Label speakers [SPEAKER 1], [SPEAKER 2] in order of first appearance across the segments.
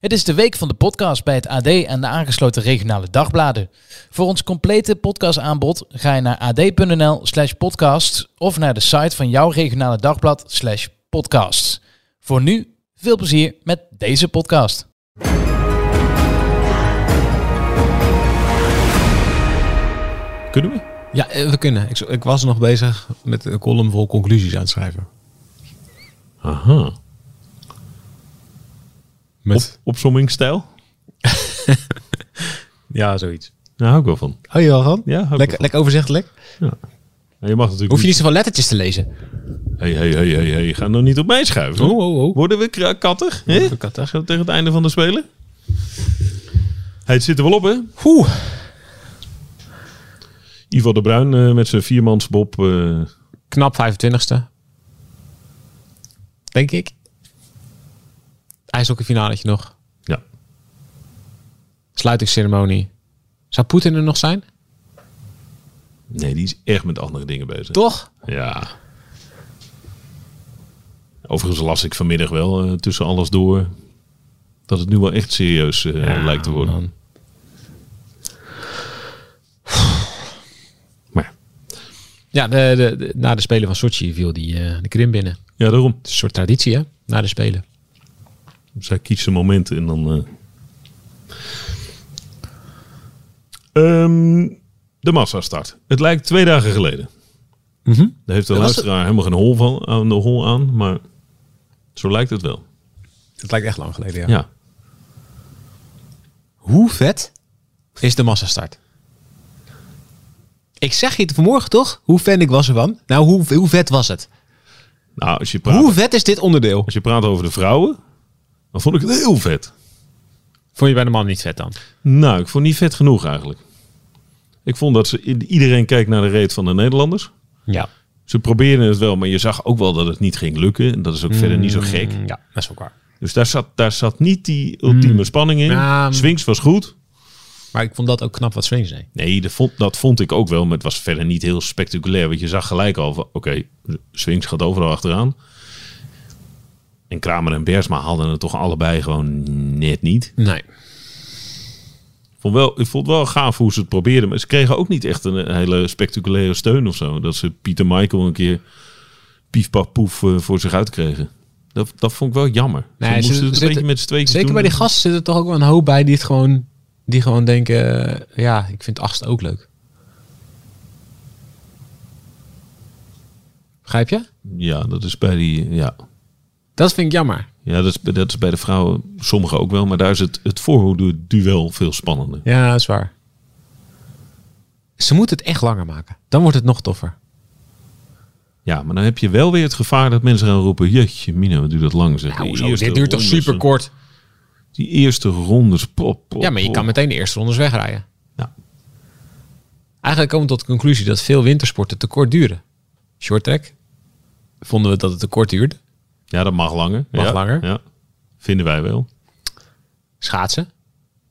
[SPEAKER 1] Het is de week van de podcast bij het AD en de aangesloten regionale dagbladen. Voor ons complete podcastaanbod ga je naar ad.nl slash podcast of naar de site van jouw regionale dagblad slash podcast. Voor nu, veel plezier met deze podcast.
[SPEAKER 2] Kunnen we?
[SPEAKER 3] Ja, eh, we kunnen. Ik, zo- ik was nog bezig met een column vol conclusies aan het schrijven.
[SPEAKER 2] Aha.
[SPEAKER 3] Met,
[SPEAKER 2] Op, opzommingstijl?
[SPEAKER 3] ja, zoiets.
[SPEAKER 2] Daar hou ik wel van.
[SPEAKER 3] Hou je wel van?
[SPEAKER 2] Ja, hou ik wel
[SPEAKER 3] lekker,
[SPEAKER 2] van.
[SPEAKER 3] lekker overzichtelijk.
[SPEAKER 2] Ja, Je mag natuurlijk
[SPEAKER 3] Hoef je
[SPEAKER 2] niet...
[SPEAKER 3] niet zoveel lettertjes te lezen.
[SPEAKER 2] Hey, hey, hey, hey, hey. Ga nou niet op mij schuiven.
[SPEAKER 3] Oh, oh, oh.
[SPEAKER 2] Worden we kra- kattig? hè?
[SPEAKER 3] we kattig.
[SPEAKER 2] Gaan we Tegen het einde van de spelen? Hey, het zit er wel op, hè?
[SPEAKER 3] Oeh.
[SPEAKER 2] Ivo de Bruin eh, met zijn viermansbob. eh
[SPEAKER 3] Knap 25ste. Denk ik. Ijshockeyfinaletje nog.
[SPEAKER 2] ja.
[SPEAKER 3] Sluitingsceremonie. Zou Poetin er nog zijn?
[SPEAKER 2] Nee, die is echt met andere dingen bezig.
[SPEAKER 3] Toch?
[SPEAKER 2] Ja. Overigens las ik vanmiddag wel eh, tussen alles door dat het nu wel echt serieus eh, lijkt te worden.
[SPEAKER 3] man.
[SPEAKER 2] Maar
[SPEAKER 3] Ja, de, de, de- na de Spelen van Sochi viel die, eh, de Krim binnen. Het
[SPEAKER 2] ja, daarom.
[SPEAKER 3] is een soort traditie, hè? Na de Spelen.
[SPEAKER 2] Zij kiest zijn momenten en dan. eh. Ehm, de massa-start. Het lijkt twee dagen geleden. Daar heeft de
[SPEAKER 3] Dat Mhm. was
[SPEAKER 2] luisteraar helemaal geen hol, van, aan, de hol aan, maar zo lijkt het wel.
[SPEAKER 3] Het lijkt echt lang geleden,
[SPEAKER 2] Ja.
[SPEAKER 3] Hoe vet is de massastart? Ik zeg je het vanmorgen toch? Hoe fan ik was ervan? Nou, hoe, hoe vet was het?
[SPEAKER 2] Nou, als je praat,
[SPEAKER 3] Hoe vet is dit onderdeel?
[SPEAKER 2] als je praat over de vrouwen, dan vond ik het heel vet.
[SPEAKER 3] Vond je bij de man niet vet dan?
[SPEAKER 2] Nou, ik vond niet vet genoeg eigenlijk. Ik vond dat ze, iedereen kijkt naar de reet van de Nederlanders.
[SPEAKER 3] Ja.
[SPEAKER 2] Ze probeerden het wel, maar je zag ook wel dat het niet ging lukken. En dat is ook verder niet zo gek.
[SPEAKER 3] Ja, dat is wel waar.
[SPEAKER 2] Dus daar zat, daar zat niet die ultieme spanning in.
[SPEAKER 3] Ja,
[SPEAKER 2] Swings was goed.
[SPEAKER 3] Maar ik vond dat ook knap wat Swings deed.
[SPEAKER 2] Nee, dat vond, dat vond ik ook wel, maar het was verder niet heel spectaculair. Want je zag gelijk al van, oké, Swings gaat overal achteraan. En Kramer en Bersma hadden het toch allebei gewoon net niet.
[SPEAKER 3] Nee.
[SPEAKER 2] Vond wel, ik vond wel gaaf hoe ze het probeerden. Maar ze kregen ook niet echt een hele spectaculaire steun of zo. Dat ze Pieter Michael een keer pief, paf, poef eh, voor zich uit kregen. Dat, dat vond ik wel jammer.
[SPEAKER 3] Nee,
[SPEAKER 2] ze moesten
[SPEAKER 3] ze-
[SPEAKER 2] het een
[SPEAKER 3] zitten-
[SPEAKER 2] beetje met z'n tweeën
[SPEAKER 3] Zeker
[SPEAKER 2] doen.
[SPEAKER 3] bij die gasten zit er toch ook wel een hoop bij die het gewoon, die gewoon denken, eh, ja, ik vind achtste ook leuk. Begrijp je?
[SPEAKER 2] Ja, dat is bij die... Ja,
[SPEAKER 3] Dat vind ik jammer.
[SPEAKER 2] ja dat, is, bij- dat is bij de vrouwen sommigen ook wel. Maar daar is het, het voorhoede-duel veel spannender.
[SPEAKER 3] Ja, dat is waar. Ze moeten het echt langer maken. Dan wordt het nog toffer.
[SPEAKER 2] Ja, maar dan heb je wel weer het gevaar dat mensen gaan roepen... Jeetje, Mina, wat duurt dat lang?
[SPEAKER 3] Nou,
[SPEAKER 2] Zeg. Die eerste rondes- eh,
[SPEAKER 3] kort?
[SPEAKER 2] Die eerste rondes... Pop, pop,
[SPEAKER 3] Ja, maar je
[SPEAKER 2] pop.
[SPEAKER 3] kan meteen de eerste rondes wegrijden.
[SPEAKER 2] Ja.
[SPEAKER 3] Eigenlijk komen we tot de conclusie dat veel wintersporten te kort duren. Short track vonden we dat het te kort duurde.
[SPEAKER 2] Ja, dat mag langer.
[SPEAKER 3] Mag
[SPEAKER 2] Ja,
[SPEAKER 3] langer.
[SPEAKER 2] Ja, vinden wij wel.
[SPEAKER 3] Schaatsen.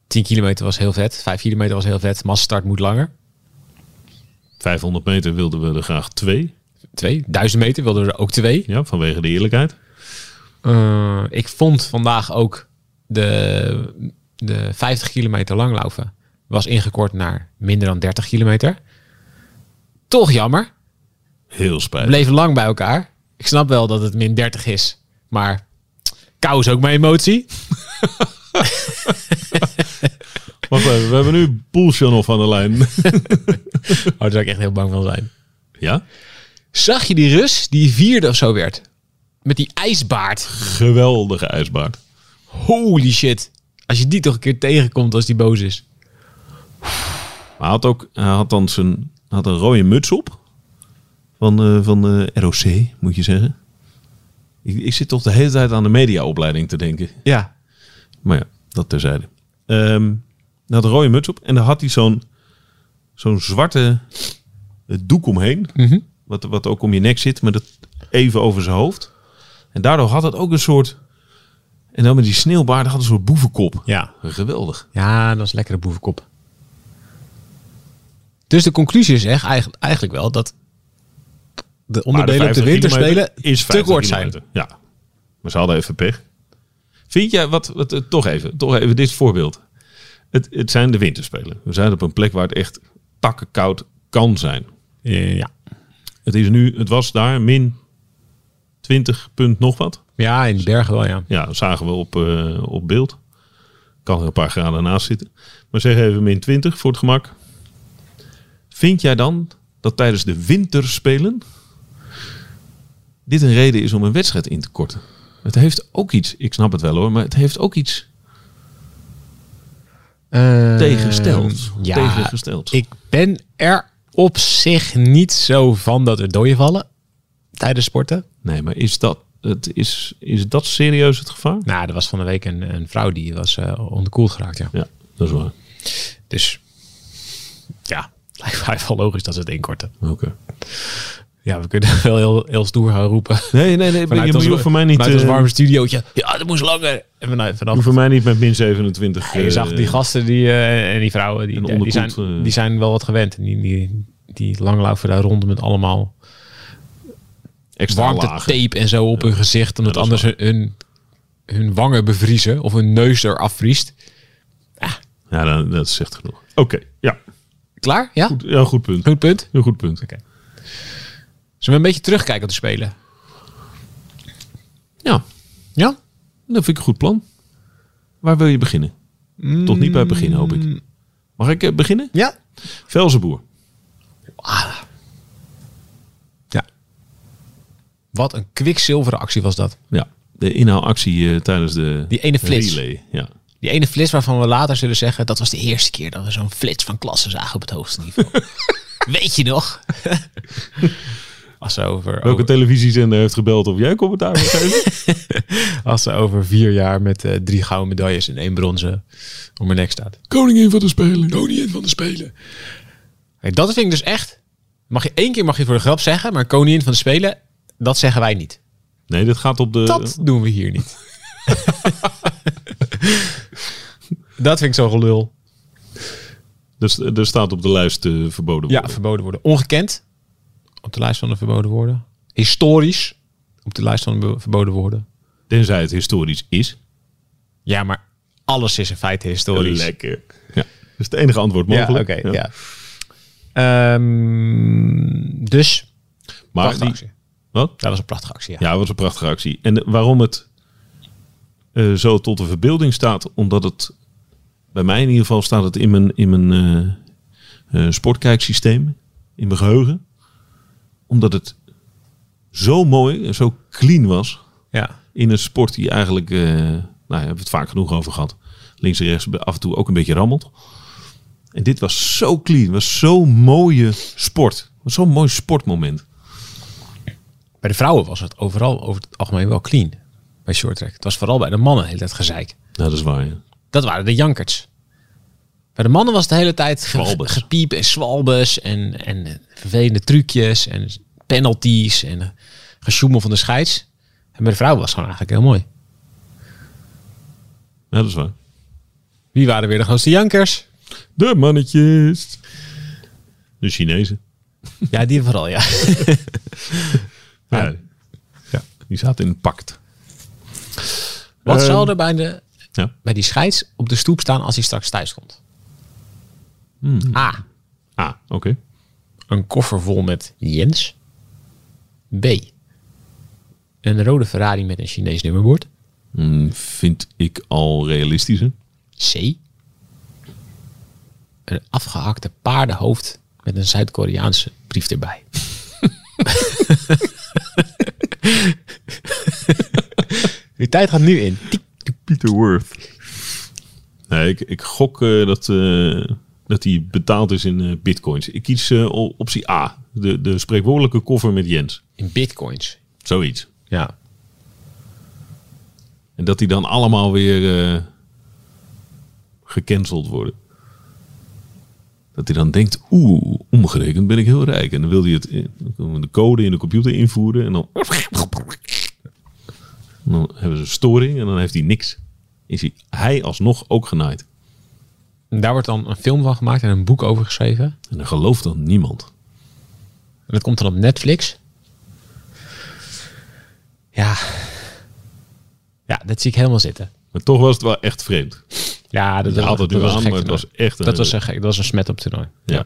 [SPEAKER 3] 10 kilometer was heel vet. 5 kilometer was heel vet. Massastart moet langer.
[SPEAKER 2] 500 meter wilden we er graag twee.
[SPEAKER 3] Twee. 1000 meter wilden we er ook twee.
[SPEAKER 2] Ja, vanwege de eerlijkheid.
[SPEAKER 3] Eh, ik vond vandaag ook de, de 50 kilometer langlaufen was ingekort naar minder dan 30 kilometer. Toch jammer.
[SPEAKER 2] Heel
[SPEAKER 3] We
[SPEAKER 2] spijtig.
[SPEAKER 3] bleven lang bij elkaar. Ik snap wel dat het min 30 is, maar kou is ook mijn emotie.
[SPEAKER 2] Wacht even, we hebben nu Boelsjanov aan de lijn.
[SPEAKER 3] Oh, daar zou ik echt heel bang van zijn.
[SPEAKER 2] ja?
[SPEAKER 3] Zag je die Rus die vierde of zo werd? Met die ijsbaard.
[SPEAKER 2] Geweldige ijsbaard.
[SPEAKER 3] Holy shit. Als je die toch een keer tegenkomt als die boos is.
[SPEAKER 2] Maar hij had ook hij had dan zijn, hij had een rode muts op. Van, eh, van eh, ROC, moet je zeggen. Ik, ik zit toch de hele tijd aan de mediaopleiding te denken.
[SPEAKER 3] Ja.
[SPEAKER 2] Maar ja, dat terzijde. Ehm hij had een rode muts op en daar had hij zo'n zo'n zwarte eh, doek omheen.
[SPEAKER 3] Mhm.
[SPEAKER 2] Wat, wat ook om je nek zit, maar dat even over zijn hoofd. En daardoor had het ook een soort... En dan met die sneeuwbaard had het een soort boevenkop.
[SPEAKER 3] Ja.
[SPEAKER 2] Geweldig.
[SPEAKER 3] Ja, dat is lekkere boevenkop. Dus de conclusie is echt eigen- eigenlijk wel dat de
[SPEAKER 2] Maar
[SPEAKER 3] onderdelen op de
[SPEAKER 2] 50
[SPEAKER 3] winterspelen
[SPEAKER 2] kilometer is
[SPEAKER 3] te
[SPEAKER 2] 50
[SPEAKER 3] kort zijn.
[SPEAKER 2] kilometer. Ja. Maar ze hadden even pech. Vind jij wat, wat eh, toch, even, toch even dit voorbeeld. Het, het zijn de winterspelen. We zijn op een plek waar het echt takken koud kan zijn.
[SPEAKER 3] Ja.
[SPEAKER 2] Het, is nu, het was daar min 20 punt nog wat.
[SPEAKER 3] Ja, in de bergen wel, ja.
[SPEAKER 2] Ja, dat zagen we op, eh, op beeld. Kan er een paar graden naast zitten. Maar zeg even min 20 voor het gemak. Vind jij dan dat tijdens de winterspelen dit een reden is om een wedstrijd in te korten? Het heeft ook iets, ik snap het wel hoor, maar het heeft ook iets tegengesteld.
[SPEAKER 3] Eh, Ehm, Ja,
[SPEAKER 2] tegengesteld.
[SPEAKER 3] ik ben er op zich niet zo van dat er dooien vallen tijdens sporten.
[SPEAKER 2] Nee, maar is dat, het is, is dat serieus het gevaar?
[SPEAKER 3] Nou, er was van de week een, een vrouw die was eh onderkoeld geraakt, ja.
[SPEAKER 2] Ja, dat is waar.
[SPEAKER 3] Dus ja, lijkt mij wel logisch dat ze het inkorten.
[SPEAKER 2] Oké.
[SPEAKER 3] Ja, we kunnen wel heel, heel stoer gaan roepen.
[SPEAKER 2] Nee, nee, nee.
[SPEAKER 3] Vanuit
[SPEAKER 2] je,
[SPEAKER 3] ons-
[SPEAKER 2] je hoeft voor mij niet,
[SPEAKER 3] Vanuit ons
[SPEAKER 2] eh,
[SPEAKER 3] warme studiootje. Ja, dat moest langer. En vanuit,
[SPEAKER 2] je
[SPEAKER 3] vanaf
[SPEAKER 2] hoeft voor mij niet met min 27.
[SPEAKER 3] Ja, je zag
[SPEAKER 2] eh,
[SPEAKER 3] die gasten die, eh, en die vrouwen, die,
[SPEAKER 2] En
[SPEAKER 3] die, die zijn,
[SPEAKER 2] onderkoeld, eh.
[SPEAKER 3] die zijn wel wat gewend. En die, die, die langlaufen daar rond met allemaal
[SPEAKER 2] extra
[SPEAKER 3] warmte
[SPEAKER 2] lagen.
[SPEAKER 3] tape en zo op hun gezicht. Omdat
[SPEAKER 2] dat is
[SPEAKER 3] anders hun, hun, hun wangen bevriezen of hun neus eraf vriest.
[SPEAKER 2] Ja, dan, dat zegt genoeg. Oké, ja.
[SPEAKER 3] Klaar? Ja? Goed,
[SPEAKER 2] Goed, ja, goed punt.
[SPEAKER 3] punt.
[SPEAKER 2] Heel goed punt.
[SPEAKER 3] Zullen we een beetje terugkijken op de spelen?
[SPEAKER 2] Ja,
[SPEAKER 3] Ja?
[SPEAKER 2] dat vind ik een goed plan. Waar wil je beginnen? Tot niet bij het begin, hoop
[SPEAKER 3] Mm.
[SPEAKER 2] ik. Mag ik eh, beginnen?
[SPEAKER 3] Ja.
[SPEAKER 2] Velzenboer.
[SPEAKER 3] Ja. Wat een kwikzilveren actie was dat.
[SPEAKER 2] Ja, de inhaalactie eh, tijdens de
[SPEAKER 3] Die ene flits. Oh.
[SPEAKER 2] relay. Ja.
[SPEAKER 3] Die ene flits waarvan we later zullen zeggen... dat was de eerste keer dat we zo'n flits van klassen zagen op het hoogste niveau. Weet je nog? als, ze over,
[SPEAKER 2] Welke
[SPEAKER 3] over-
[SPEAKER 2] televisiezender heeft gebeld of jij commentaar wil geven?
[SPEAKER 3] als ze over vier jaar met eh, drie gouden medailles en één bronzen om haar nek staat.
[SPEAKER 2] Koningin van de Spelen. Koningin van de Spelen.
[SPEAKER 3] Kijk, dat vind ik dus echt... Mag je, één keer mag je voor de grap zeggen, maar koningin van de Spelen... dat zeggen wij niet.
[SPEAKER 2] Nee, dit gaat op de...
[SPEAKER 3] Dat doen we hier niet. dat vind ik zo gelul.
[SPEAKER 2] Dus eh, er staat op de lijst eh, verboden
[SPEAKER 3] Ja,
[SPEAKER 2] worden.
[SPEAKER 3] verboden worden. Ongekend op de lijst van de verboden woorden. Historisch op de lijst van de be- verboden woorden.
[SPEAKER 2] Tenzij het historisch is.
[SPEAKER 3] Ja, maar alles is in feite historisch.
[SPEAKER 2] Lekker. Ja. Dat is het enige antwoord
[SPEAKER 3] Ja, oké.
[SPEAKER 2] mogelijk.
[SPEAKER 3] ja. Ehm, dus,
[SPEAKER 2] Maar
[SPEAKER 3] prachtige
[SPEAKER 2] die,
[SPEAKER 3] actie.
[SPEAKER 2] wat?
[SPEAKER 3] Dat was een prachtige actie, ja.
[SPEAKER 2] Ja, het was een prachtige actie. En eh, waarom het eh, zo tot de verbeelding staat, omdat het bij mij in ieder geval staat het in mijn, in mijn eh, eh, sportkijksysteem, in mijn geheugen. Omdat het zo mooi en zo clean was
[SPEAKER 3] Ja.
[SPEAKER 2] in een sport die eigenlijk, eh nou ja, hebben we het vaak genoeg over gehad, links en rechts af en toe ook een beetje rammelt. En dit was zo clean, was zo'n mooie sport. Was Zo'n mooi sportmoment.
[SPEAKER 3] Bij de vrouwen was het overal over het algemeen wel clean. Bij short track. Het was vooral bij de mannen heel het gezeik.
[SPEAKER 2] Nou, dat is waar. Ja.
[SPEAKER 3] Dat waren de jankerts. Bij de mannen was het de hele tijd ge-
[SPEAKER 2] Zwalbes.
[SPEAKER 3] gepiep en zwalbes en, en vervelende trucjes en penalties en gesjoemel van de scheids. En bij de vrouwen was het gewoon eigenlijk heel mooi.
[SPEAKER 2] Ja, dat is waar.
[SPEAKER 3] Wie waren weer de grootste jankers?
[SPEAKER 2] De mannetjes. De Chinezen.
[SPEAKER 3] Ja, die vooral, ja.
[SPEAKER 2] Ja. Ja. Die zaten in een pact.
[SPEAKER 3] Wat
[SPEAKER 2] Ehm,
[SPEAKER 3] zal er bij, de,
[SPEAKER 2] Ja.
[SPEAKER 3] bij die scheids op de stoep staan als hij straks thuis komt?
[SPEAKER 2] Hmm.
[SPEAKER 3] A.
[SPEAKER 2] Ah, oké.
[SPEAKER 3] Een koffer vol met Jens. B. Een rode Ferrari met een Chinees nummerbord.
[SPEAKER 2] Hmm, vind ik al realistischer.
[SPEAKER 3] C. Een afgehakte paardenhoofd met een Zuid-Koreaanse brief erbij. Uw tijd gaat nu in.
[SPEAKER 2] Peter Worth. Nee, ik, ik gok eh, dat, eh, dat die betaald is in eh, bitcoins. Ik kies eh, o- optie A. De, de spreekwoordelijke koffer met Jens.
[SPEAKER 3] In bitcoins.
[SPEAKER 2] Zoiets.
[SPEAKER 3] Ja.
[SPEAKER 2] En dat die dan allemaal weer eh, gecanceld worden. Dat hij dan denkt, oeh, omgerekend ben ik heel rijk. En dan wil hij het, in- de code in de computer invoeren. En dan, En dan hebben ze een storing en dan heeft hij niks. Is hij, hij alsnog ook genaaid.
[SPEAKER 3] En daar wordt dan een film van gemaakt en een boek over geschreven.
[SPEAKER 2] En dan gelooft dan niemand.
[SPEAKER 3] En dat komt dan op Netflix. Ja. Ja, dat zie ik helemaal zitten.
[SPEAKER 2] Maar toch was het wel echt vreemd.
[SPEAKER 3] Ja, dat,
[SPEAKER 2] Je had het nu aan, maar het was echt een
[SPEAKER 3] dat was een gek, dat was een smet op het toernooi.
[SPEAKER 2] Ja.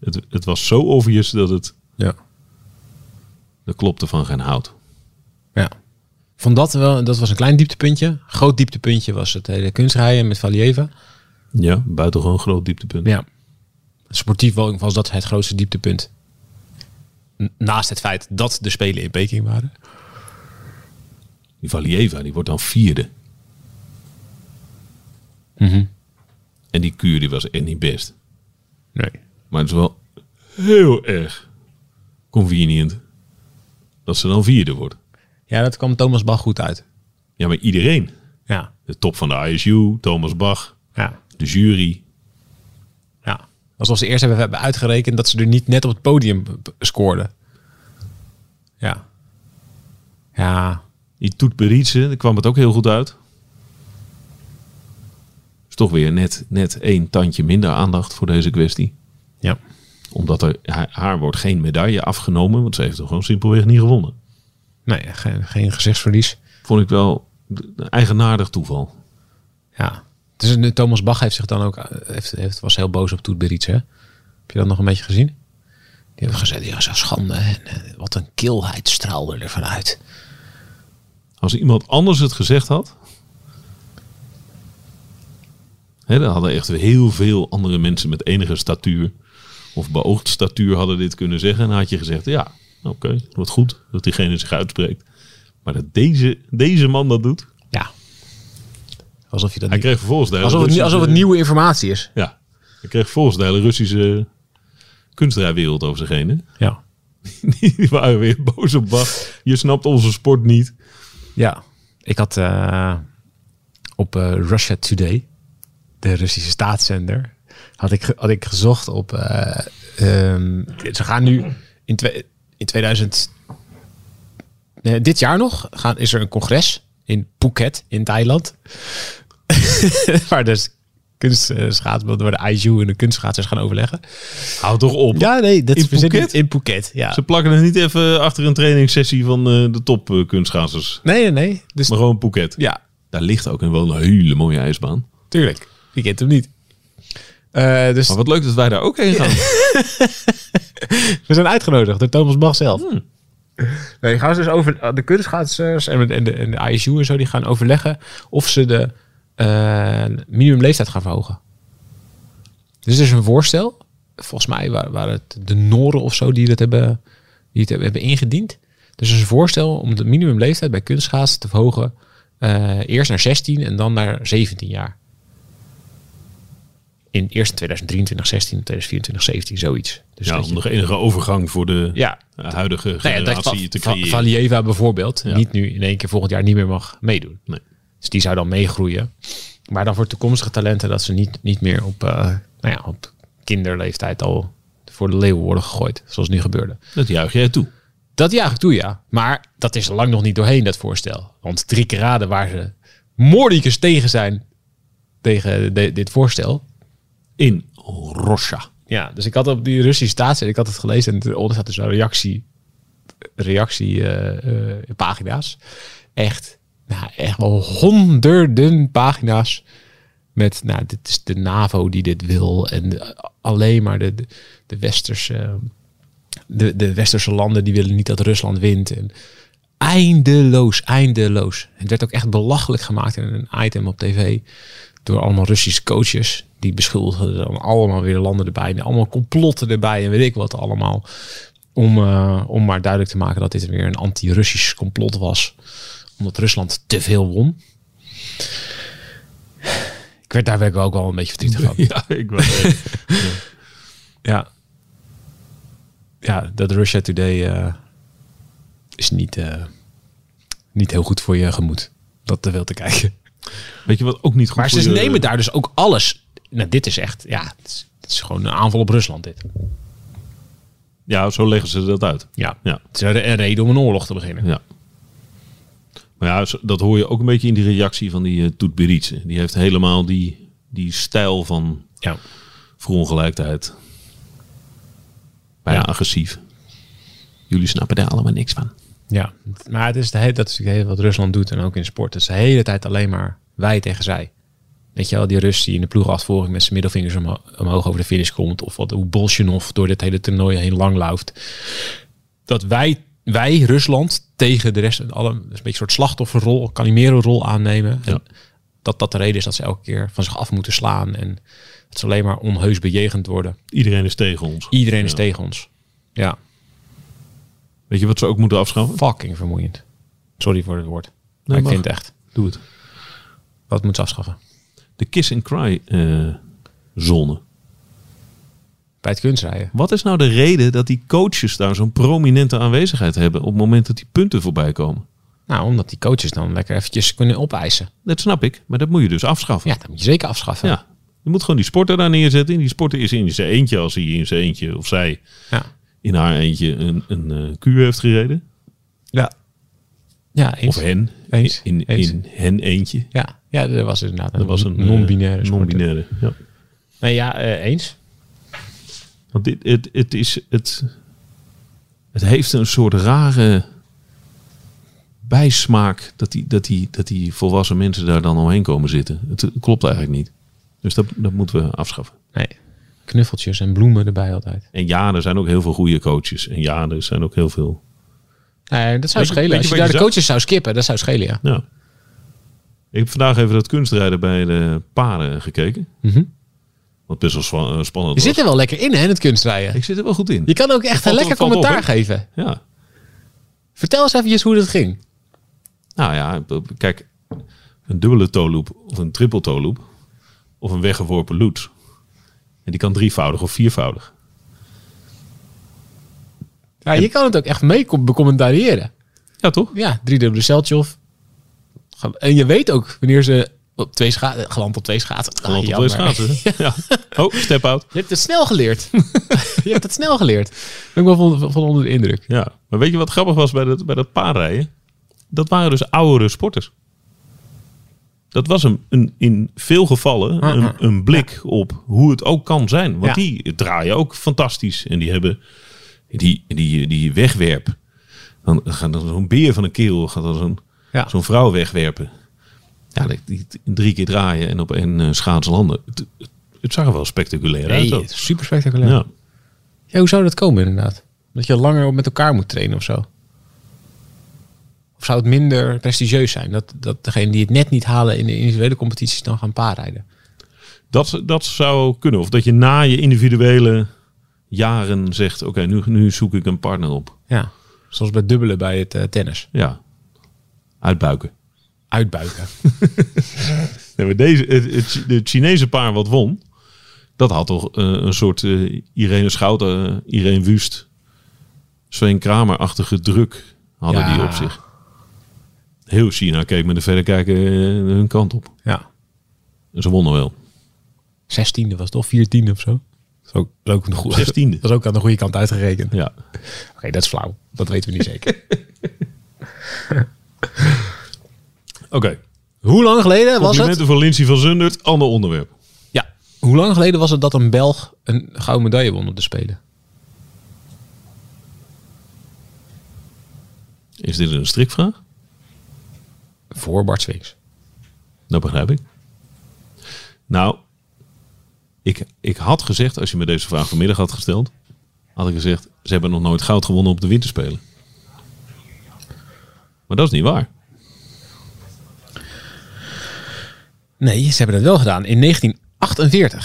[SPEAKER 2] Het, het was zo obvious dat het...
[SPEAKER 3] ja.
[SPEAKER 2] Er klopte van geen hout.
[SPEAKER 3] Ja. Van dat wel, dat was een klein dieptepuntje. Groot dieptepuntje was het hele kunstrijden met Valieva.
[SPEAKER 2] Ja, buitengewoon groot dieptepunt.
[SPEAKER 3] Ja. Sportief wel- was dat het grootste dieptepunt. N- Naast het feit dat de Spelen in Peking waren.
[SPEAKER 2] Die Valieva, die wordt dan vierde. Mhm. En die kuur, die was echt niet best.
[SPEAKER 3] Nee.
[SPEAKER 2] Maar het is wel heel erg convenient dat ze dan vierde wordt.
[SPEAKER 3] Ja, dat kwam Thomas Bach goed uit.
[SPEAKER 2] Ja, maar iedereen.
[SPEAKER 3] Ja.
[SPEAKER 2] De top van de ISU, Thomas Bach,
[SPEAKER 3] Ja.
[SPEAKER 2] de jury.
[SPEAKER 3] ja. Alsof ze eerst hebben, hebben uitgerekend dat ze er niet net op het podium b- b- scoorden. Ja. Ja.
[SPEAKER 2] Die Toet Berietse, daar kwam het ook heel goed uit. Is toch weer net, net één tandje minder aandacht voor deze kwestie.
[SPEAKER 3] Ja.
[SPEAKER 2] Omdat er, haar, haar wordt geen medaille afgenomen, want ze heeft er gewoon simpelweg niet gewonnen.
[SPEAKER 3] Nee, geen, geen gezichtsverlies.
[SPEAKER 2] Vond ik wel een eigenaardig toeval.
[SPEAKER 3] Ja. Dus eh, Thomas Bach heeft zich dan ook, eh, heeft, heeft, was heel boos op Toet Beriet, hè? Heb je dat nog een beetje gezien? Die hebben gezegd, ja, zo schande. En, eh, wat een kilheid straalde ervan uit.
[SPEAKER 2] Als iemand anders het gezegd had. Hè, dan hadden echt heel veel andere mensen met enige statuur. of beoogd statuur hadden dit kunnen zeggen. En dan had je gezegd: ja, oké, wat goed dat diegene zich uitspreekt. Maar dat deze, deze man dat doet.
[SPEAKER 3] Ja. Alsof je dat
[SPEAKER 2] Hij
[SPEAKER 3] niet-
[SPEAKER 2] kreeg vervolgens de hele
[SPEAKER 3] alsof, het, nie-
[SPEAKER 2] Russische-
[SPEAKER 3] alsof het nieuwe informatie is.
[SPEAKER 2] Ja, hij kreeg vervolgens de hele Russische kunstrijwereld over zich heen. hè.
[SPEAKER 3] Ja.
[SPEAKER 2] Die waren weer boos op Bach. Je snapt onze sport niet.
[SPEAKER 3] Ja. Ik had eh, op eh, Russia Today, de Russische staatszender, had ik, ge- had ik gezocht op. eh, ehm, ze gaan nu in, twee- in 2000. nee, dit jaar nog gaan, is er een congres in Phuket in Thailand. waar dus kunstschaatsbeelden, waar de IJU en de kunstschaatsers gaan overleggen.
[SPEAKER 2] Hou toch op.
[SPEAKER 3] Ja, nee, dat
[SPEAKER 2] In
[SPEAKER 3] is we zitten
[SPEAKER 2] Phuket?
[SPEAKER 3] in Phuket. Ja.
[SPEAKER 2] Ze plakken het niet even achter een trainingssessie van eh, de top eh, kunstschaatsers.
[SPEAKER 3] Nee, nee, nee. Dus
[SPEAKER 2] Maar gewoon Phuket.
[SPEAKER 3] ja,
[SPEAKER 2] Daar ligt ook een, wel een hele mooie ijsbaan.
[SPEAKER 3] Tuurlijk. Ik kent hem niet. Eh, dus
[SPEAKER 2] Maar wat leuk dat wij daar ook heen gaan.
[SPEAKER 3] we zijn uitgenodigd door Thomas Bach zelf. Hmm. Nee, gaan ze dus over de kunstschaatsers en, en, de, en de ISU en zo, die gaan overleggen of ze de eh, minimumleeftijd gaan verhogen. Dus er is een voorstel. Volgens mij wa- waren het de Noren of zo die dat hebben, die het hebben ingediend. Dus er is een voorstel om de minimumleeftijd bij kunstschaatsen te verhogen. eh, eerst naar 16 en dan naar 17 jaar. In eerst in 2023, 16, 2024, 17, zoiets. Dus
[SPEAKER 2] ja,
[SPEAKER 3] dat je-
[SPEAKER 2] om nog enige overgang voor de
[SPEAKER 3] ja,
[SPEAKER 2] eh, huidige
[SPEAKER 3] nou ja,
[SPEAKER 2] generatie
[SPEAKER 3] dat Va-
[SPEAKER 2] te
[SPEAKER 3] Va-
[SPEAKER 2] creëren.
[SPEAKER 3] Valieva bijvoorbeeld
[SPEAKER 2] Ja.
[SPEAKER 3] niet nu in één keer volgend jaar niet meer mag meedoen.
[SPEAKER 2] Nee.
[SPEAKER 3] Dus die zou dan meegroeien. Maar dan voor toekomstige talenten dat ze niet, niet meer op, eh, nou ja, op kinderleeftijd al voor de leeuw worden gegooid. Zoals nu gebeurde.
[SPEAKER 2] Dat juich jij toe.
[SPEAKER 3] Dat ja, ik toe ja. Maar dat is er lang nog niet doorheen, dat voorstel. Want drie raden waar ze moordicus tegen zijn, tegen de- dit voorstel,
[SPEAKER 2] In Rosja.
[SPEAKER 3] ja, dus ik had op die Russische staatszender, ik had het gelezen en eronder zat dus een reactie, reactie eh, eh, pagina's. Echt, nou, echt wel honderden pagina's met, nou, dit is de NAVO die dit wil en de- alleen maar de, de, de westerse, de, de westerse landen die willen niet dat Rusland wint en eindeloos, eindeloos. Het werd ook echt belachelijk gemaakt in een item op tv door allemaal Russische coaches. Die beschuldigden dan allemaal weer landen erbij. En allemaal complotten erbij en weet ik wat allemaal. Om, eh, om maar duidelijk te maken dat dit weer een anti-Russisch complot was. Omdat Rusland te veel won. Ik werd daar werkelijk ook wel een beetje verdrietig van.
[SPEAKER 2] Ja, ik wel.
[SPEAKER 3] Ja. Ja, dat Russia Today eh, is niet, eh, niet heel goed voor je gemoed. Dat te veel te kijken.
[SPEAKER 2] Weet je wat ook niet goed
[SPEAKER 3] Maar
[SPEAKER 2] voor
[SPEAKER 3] ze
[SPEAKER 2] je-
[SPEAKER 3] nemen daar dus ook alles. Nou, dit is echt, ja, het is, het is gewoon een aanval op Rusland dit.
[SPEAKER 2] Ja, zo leggen ze dat uit.
[SPEAKER 3] Ja.
[SPEAKER 2] Ja.
[SPEAKER 3] Het is een een reden om een oorlog te beginnen.
[SPEAKER 2] Ja. Maar ja, zo- dat hoor je ook een beetje in die reactie van die eh Toet Berietse. Die heeft helemaal die, die stijl van
[SPEAKER 3] Ja.
[SPEAKER 2] verongelijkheid. Bijna
[SPEAKER 3] Ja.
[SPEAKER 2] agressief. Jullie snappen daar allemaal niks van.
[SPEAKER 3] Ja, maar het is de hele, dat is natuurlijk heel wat Rusland doet en ook in sport. Het is de hele tijd alleen maar wij tegen zij. Weet je wel, die Rus die in de ploegenachtervolging met zijn middelvingers omho- omhoog over de finish komt. Of wat, hoe Bolsjenov door dit hele toernooi heen lang loopt. Dat wij, wij, Rusland, tegen de rest, alle, dus een beetje een soort slachtofferrol, Calimero-rol aannemen. En Dat dat de reden is dat ze elke keer van zich af moeten slaan. En dat ze alleen maar onheus bejegend worden.
[SPEAKER 2] Iedereen is tegen ons.
[SPEAKER 3] Iedereen is
[SPEAKER 2] Ja.
[SPEAKER 3] tegen ons. Ja,
[SPEAKER 2] Weet je wat ze ook moeten afschaffen?
[SPEAKER 3] fucking vermoeiend. Sorry voor het woord. maar ik
[SPEAKER 2] mag.
[SPEAKER 3] vind het echt.
[SPEAKER 2] Doe het.
[SPEAKER 3] Wat moet ze afschaffen?
[SPEAKER 2] De kiss and cry eh, zone.
[SPEAKER 3] Bij het kunstrijden.
[SPEAKER 2] Wat is nou de reden dat die coaches daar zo'n prominente aanwezigheid hebben op het moment dat die punten voorbij komen?
[SPEAKER 3] Nou, omdat die coaches dan lekker eventjes kunnen opeisen.
[SPEAKER 2] Dat snap ik, maar dat moet je dus afschaffen.
[SPEAKER 3] Ja, dat moet je zeker afschaffen.
[SPEAKER 2] Ja. Je moet gewoon die sporter daar neerzetten. En die sporter is in zijn eentje, als hij in zijn eentje of zij
[SPEAKER 3] Ja.
[SPEAKER 2] in haar eentje een, een eh, kuur heeft gereden.
[SPEAKER 3] Ja, ja eens.
[SPEAKER 2] Of hen.
[SPEAKER 3] Eens.
[SPEAKER 2] In,
[SPEAKER 3] Eens.
[SPEAKER 2] in hen eentje.
[SPEAKER 3] Ja. ja, er was inderdaad een,
[SPEAKER 2] Dat was een eh,
[SPEAKER 3] non-binaire sporter.
[SPEAKER 2] non-binaire. Ja.
[SPEAKER 3] Nee, ja, eh, eens.
[SPEAKER 2] Want dit, het, het, is, het, het heeft een soort rare bijsmaak dat die, dat, die, dat die volwassen mensen daar dan omheen komen zitten. Het, eh, klopt eigenlijk niet. Dus dat, dat moeten we afschaffen.
[SPEAKER 3] Nee. Knuffeltjes en bloemen erbij altijd.
[SPEAKER 2] En ja, er zijn ook heel veel goede coaches. En ja, er zijn ook heel veel.
[SPEAKER 3] Nee, dat zou
[SPEAKER 2] Weet je-
[SPEAKER 3] schelen.
[SPEAKER 2] weet je
[SPEAKER 3] Als je
[SPEAKER 2] wat
[SPEAKER 3] daar
[SPEAKER 2] je
[SPEAKER 3] de
[SPEAKER 2] zag?
[SPEAKER 3] coaches zou skippen, dat zou schelen, ja.
[SPEAKER 2] Ja. Ik heb vandaag even dat kunstrijden bij de paren gekeken.
[SPEAKER 3] Mhm.
[SPEAKER 2] Wat best wel spa- eh, spannend is.
[SPEAKER 3] Je zit er wel lekker in, hè, in het kunstrijden.
[SPEAKER 2] Ik zit er wel goed in.
[SPEAKER 3] Je kan ook echt
[SPEAKER 2] Valt
[SPEAKER 3] een
[SPEAKER 2] op-
[SPEAKER 3] lekker
[SPEAKER 2] valt op,
[SPEAKER 3] commentaar
[SPEAKER 2] hè?
[SPEAKER 3] geven.
[SPEAKER 2] Ja.
[SPEAKER 3] Vertel eens eventjes hoe dat ging.
[SPEAKER 2] Nou ja, b- b- kijk, een dubbele toeloop of een triple toeloop of een weggeworpen loot. En die kan drievoudig of viervoudig.
[SPEAKER 3] Ja, je kan het ook echt mee com- becommentariëren.
[SPEAKER 2] Ja, toch?
[SPEAKER 3] Ja, drie dubbele Seltjof. En je weet ook wanneer ze op twee schaatsen... Geland op twee schaatsen.
[SPEAKER 2] Dan
[SPEAKER 3] Ah,
[SPEAKER 2] loopt op
[SPEAKER 3] jammer.
[SPEAKER 2] de schaatsen. Ja. Oh, step out.
[SPEAKER 3] Je hebt het snel geleerd. je hebt het snel geleerd. Ik ben wel van, van onder de indruk.
[SPEAKER 2] Ja. Maar weet je wat grappig was bij dat, bij dat paarrijden? Dat waren dus oudere sporters. Dat was een, een, in veel gevallen een, een blik op hoe het ook kan zijn. Want
[SPEAKER 3] Ja.
[SPEAKER 2] die draaien ook fantastisch. En die hebben die, die, die wegwerp. Dan gaat er zo'n beer van een kerel, gaat er zo'n
[SPEAKER 3] Ja.
[SPEAKER 2] zo'n vrouw wegwerpen. Ja, die, die drie keer draaien en op één eh, schaats landen. Het, het, het zag er wel spectaculair uit. ook.
[SPEAKER 3] super spectaculair. Ja.
[SPEAKER 2] Ja.
[SPEAKER 3] hoe zou dat komen inderdaad? Dat je langer met elkaar moet trainen of zo? Of zou het minder prestigieus zijn? Dat, dat degene die het net niet halen in de individuele competities dan gaan paarrijden?
[SPEAKER 2] Dat, dat zou kunnen. Of dat je na je individuele jaren zegt... oké, nu, nu zoek ik een partner op.
[SPEAKER 3] Ja. Zoals bij dubbelen bij het eh, tennis.
[SPEAKER 2] Ja, uitbuiken.
[SPEAKER 3] Uitbuiken.
[SPEAKER 2] Nee, maar deze, het, het, het Chinese paar wat won... dat had toch eh, een soort eh, Irene Schouten, eh, Irene Wust... Sven Kramer-achtige druk hadden
[SPEAKER 3] Ja.
[SPEAKER 2] die op zich. Heel China keek met de verrekijker eh, hun kant op.
[SPEAKER 3] ja.
[SPEAKER 2] En ze wonnen wel.
[SPEAKER 3] Zestiende was het toch? Viertiende of zo? Dat is ook, dat is ook, een goede,
[SPEAKER 2] Zestiende.
[SPEAKER 3] dat is ook aan de goede kant uitgerekend.
[SPEAKER 2] Ja.
[SPEAKER 3] Oké, dat is flauw. Dat weten we niet zeker.
[SPEAKER 2] Oké.
[SPEAKER 3] Hoe lang geleden was het?
[SPEAKER 2] Complimenten voor Lindsay van Zundert. Ander onderwerp.
[SPEAKER 3] Ja. Hoe lang geleden was het dat een Belg een gouden medaille won op de Spelen?
[SPEAKER 2] Is dit een strikvraag?
[SPEAKER 3] Voor Bart Swings.
[SPEAKER 2] Dat begrijp ik. Nou, ik, ik had gezegd, als je me deze vraag vanmiddag had gesteld, had ik gezegd, ze hebben nog nooit goud gewonnen op de winterspelen. Maar dat is niet waar.
[SPEAKER 3] Nee, ze hebben dat wel gedaan in 1948.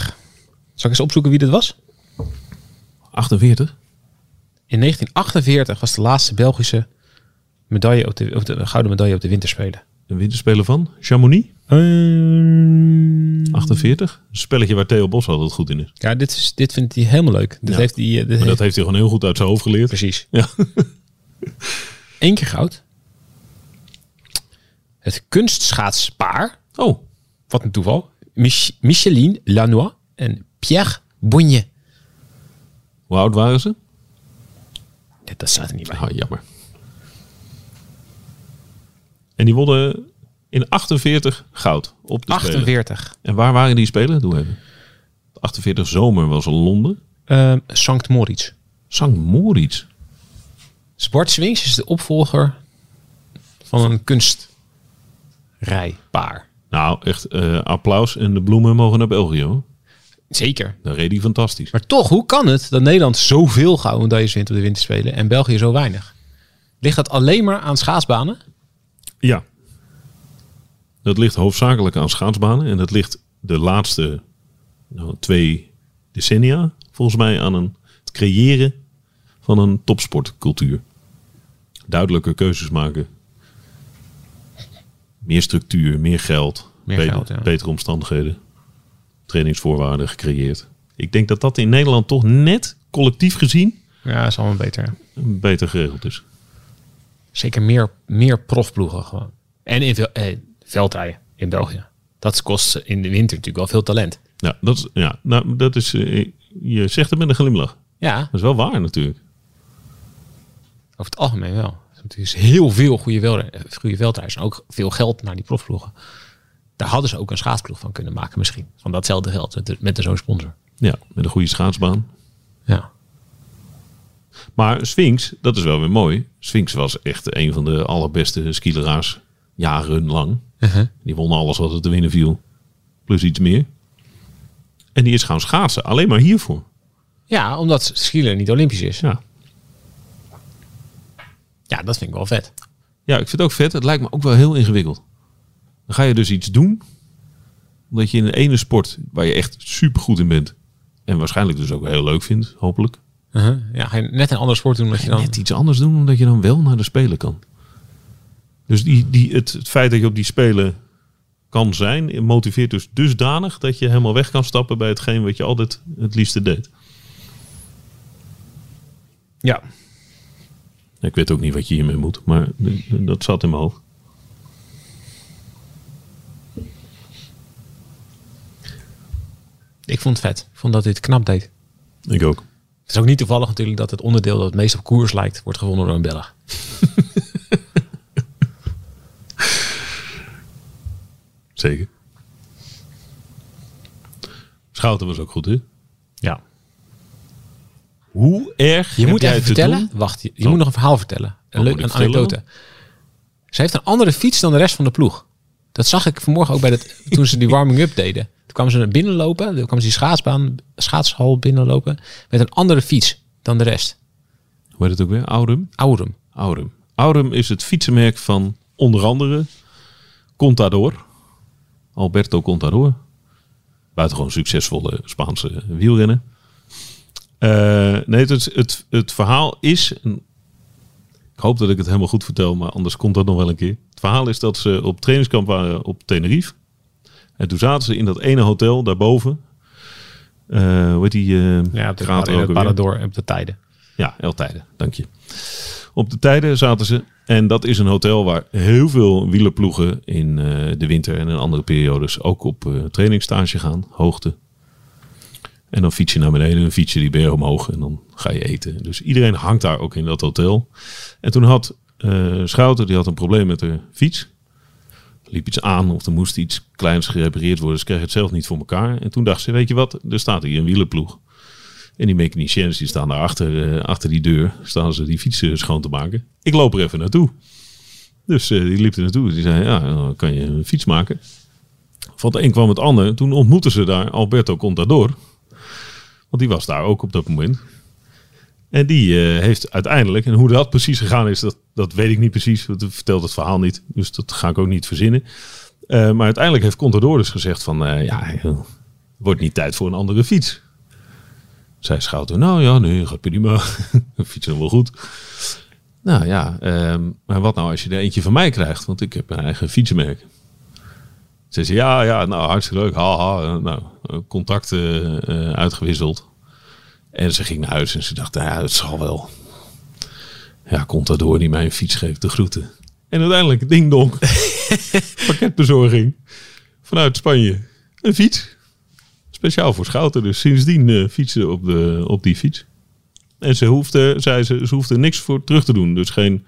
[SPEAKER 3] Zal ik eens opzoeken wie dat was?
[SPEAKER 2] 48?
[SPEAKER 3] In 1948 was de laatste Belgische medaille op de, of de gouden medaille op de Winterspelen.
[SPEAKER 2] Een winterspelen van Chamonix? 48? Een spelletje waar Theo Bos altijd goed in is.
[SPEAKER 3] ja, dit, is, dit vindt hij helemaal leuk. Dit
[SPEAKER 2] Ja.
[SPEAKER 3] heeft hij, eh, dit
[SPEAKER 2] Maar dat
[SPEAKER 3] heeft-
[SPEAKER 2] heeft hij gewoon heel goed uit zijn hoofd geleerd.
[SPEAKER 3] precies.
[SPEAKER 2] Ja.
[SPEAKER 3] Eén keer goud. Het kunstschaatspaar
[SPEAKER 2] Oh,
[SPEAKER 3] wat een toeval. Mich- Micheline Lanois en Pierre Bonje.
[SPEAKER 2] hoe oud waren ze?
[SPEAKER 3] Dat, dat staat er niet bij.
[SPEAKER 2] Ah, jammer. En die wonnen in 48 goud op de spelen.
[SPEAKER 3] 48.
[SPEAKER 2] En waar waren die spelen? Doe even. De 48 zomer was in Londen.
[SPEAKER 3] Ehm Sankt Moritz.
[SPEAKER 2] Sankt Moritz.
[SPEAKER 3] Zwartswings is de opvolger van een kunstrijpaar.
[SPEAKER 2] Nou, echt eh, applaus en de bloemen mogen naar België. Hoor.
[SPEAKER 3] Zeker.
[SPEAKER 2] Daar reed hij fantastisch.
[SPEAKER 3] Maar toch, hoe kan het dat Nederland zoveel gouden medailles wint op de winterspelen en België zo weinig? Ligt dat alleen maar aan schaatsbanen?
[SPEAKER 2] Ja. Dat ligt hoofdzakelijk aan schaatsbanen. En dat ligt de laatste nou, twee decennia, volgens mij, aan een, het creëren van een topsportcultuur. Duidelijke keuzes maken. Meer structuur, meer geld.
[SPEAKER 3] Meer
[SPEAKER 2] beter,
[SPEAKER 3] geld, ja.
[SPEAKER 2] betere omstandigheden. Trainingsvoorwaarden gecreëerd. Ik denk dat dat in Nederland toch net collectief gezien
[SPEAKER 3] Ja, is allemaal beter.
[SPEAKER 2] beter geregeld is.
[SPEAKER 3] Zeker meer, meer profploegen gewoon. En in veel- eh, veldrijden in België. Dat kost in de winter natuurlijk wel veel talent.
[SPEAKER 2] Ja, dat is, ja, nou, dat is eh, je zegt het met een glimlach.
[SPEAKER 3] Ja,
[SPEAKER 2] Dat is wel waar natuurlijk.
[SPEAKER 3] over het algemeen wel. Er is natuurlijk dus heel veel goede, wel, goede veldrijders. En ook veel geld naar die profploegen. Daar hadden ze ook een schaatsploeg van kunnen maken misschien. Van datzelfde geld met, de- met de zo'n sponsor.
[SPEAKER 2] Ja, met een goede schaatsbaan.
[SPEAKER 3] Ja.
[SPEAKER 2] Maar Sphinx, dat is wel weer mooi. Sphinx was echt een van de allerbeste skileraars jarenlang. Die won alles wat er te winnen viel. Plus iets meer. En die is gaan schaatsen. Alleen maar hiervoor.
[SPEAKER 3] Ja, omdat schielen niet olympisch is.
[SPEAKER 2] Ja.
[SPEAKER 3] Ja, dat vind ik wel vet.
[SPEAKER 2] ja, ik vind het ook vet. Het lijkt me ook wel heel ingewikkeld. Dan ga je dus iets doen. Omdat je in de ene sport waar je echt super goed in bent. En waarschijnlijk dus ook heel leuk vindt, hopelijk.
[SPEAKER 3] Mhm. Ja, ga je net een ander sport doen dat je dan...
[SPEAKER 2] net iets anders doen, omdat je dan wel naar de Spelen kan. Dus die, die, het, het feit dat je op die Spelen kan zijn, motiveert dus dusdanig dat je helemaal weg kan stappen bij hetgeen wat je altijd het liefste deed.
[SPEAKER 3] Ja.
[SPEAKER 2] Ik weet ook niet wat je hiermee moet, maar d- d- dat zat in mijn hoofd.
[SPEAKER 3] Ik vond het vet. Ik vond dat dit knap deed.
[SPEAKER 2] Ik ook.
[SPEAKER 3] Het is ook niet toevallig natuurlijk dat het onderdeel dat het meest op koers lijkt, wordt gewonnen door een Belg.
[SPEAKER 2] Zeker. Schouten was ook goed, hè?
[SPEAKER 3] Ja.
[SPEAKER 2] Hoe erg
[SPEAKER 3] Je
[SPEAKER 2] heb
[SPEAKER 3] moet
[SPEAKER 2] jij
[SPEAKER 3] even
[SPEAKER 2] te
[SPEAKER 3] vertellen.
[SPEAKER 2] doen?
[SPEAKER 3] Wacht, je, je
[SPEAKER 2] Oh.
[SPEAKER 3] moet nog een verhaal vertellen. Een,
[SPEAKER 2] Wat
[SPEAKER 3] leuk,
[SPEAKER 2] moet ik
[SPEAKER 3] een anekdote. Ze heeft een andere fiets dan de rest van de ploeg. Dat zag ik vanmorgen ook bij dat, toen ze die warming-up deden. Toen kwamen ze naar binnen lopen. Toen kwamen ze die schaatsbaan, schaatshal binnenlopen. Met een andere fiets dan de rest.
[SPEAKER 2] Hoe heet het ook weer? Aurum?
[SPEAKER 3] Aurum.
[SPEAKER 2] Aurum. Aurum is het fietsenmerk van onder andere Contador. Alberto Contador. Buitengewoon succesvolle Spaanse wielrenner. Eh, nee, het, het, het verhaal is... en Ik hoop dat ik het helemaal goed vertel, maar anders komt dat nog wel een keer. Het verhaal is dat ze op trainingskamp waren op Tenerife. En toen zaten ze in dat ene hotel daarboven. Eh hoe heet die? eh, krater ook alweer?
[SPEAKER 3] op de tijden.
[SPEAKER 2] Ja, El Tijden, dank je. Op de Tijden zaten ze. En dat is een hotel waar heel veel wielerploegen in eh, de winter en in andere periodes ook op eh, trainingstage gaan. Hoogte. En dan fiets je naar beneden, dan fiets je die berg omhoog en dan ga je eten. Dus iedereen hangt daar ook in dat hotel. En toen had eh Schouten, die had een probleem met de fiets. Er liep iets aan of er moest iets kleins gerepareerd worden. Ze kreeg het zelf niet voor elkaar. En toen dacht ze, weet je wat, er staat hier een wielerploeg. En die mechaniciëns die staan daar achter, eh, achter die deur, staan ze die fietsen schoon te maken. Ik loop er even naartoe. Dus eh, die liep er naartoe. Die zei, ja, dan kan je een fiets maken. Van het een kwam het ander. Toen ontmoetten ze daar Alberto Contador. Want die was daar ook op dat moment. En die eh, heeft uiteindelijk, en hoe dat precies gegaan is, dat, dat weet ik niet precies. Want het vertelt het verhaal niet. Dus dat ga ik ook niet verzinnen. Eh, maar uiteindelijk heeft Contador dus gezegd van, eh, ja, het wordt niet tijd voor een andere fiets. Zij schouwt nou ja, nee, gaat prima. Fietsen wel goed. Nou ja, ehm, maar wat nou als je er eentje van mij krijgt? Want ik heb mijn eigen fietsenmerk. Ze zei, ja, ja, nou hartstikke leuk. Haha, Eh, nou, eh, contacten eh, uitgewisseld. En ze ging naar huis en ze dacht, nou ja, het zal wel. Ja, komt dat door die mij een fiets geeft, de groeten. En uiteindelijk, ding dong, pakketbezorging vanuit Spanje. Een fiets. Speciaal voor Schouten. Dus sindsdien eh, fietsen op, de, op die fiets. En ze hoefde, zei ze, ze hoefde niks voor terug te doen. Dus geen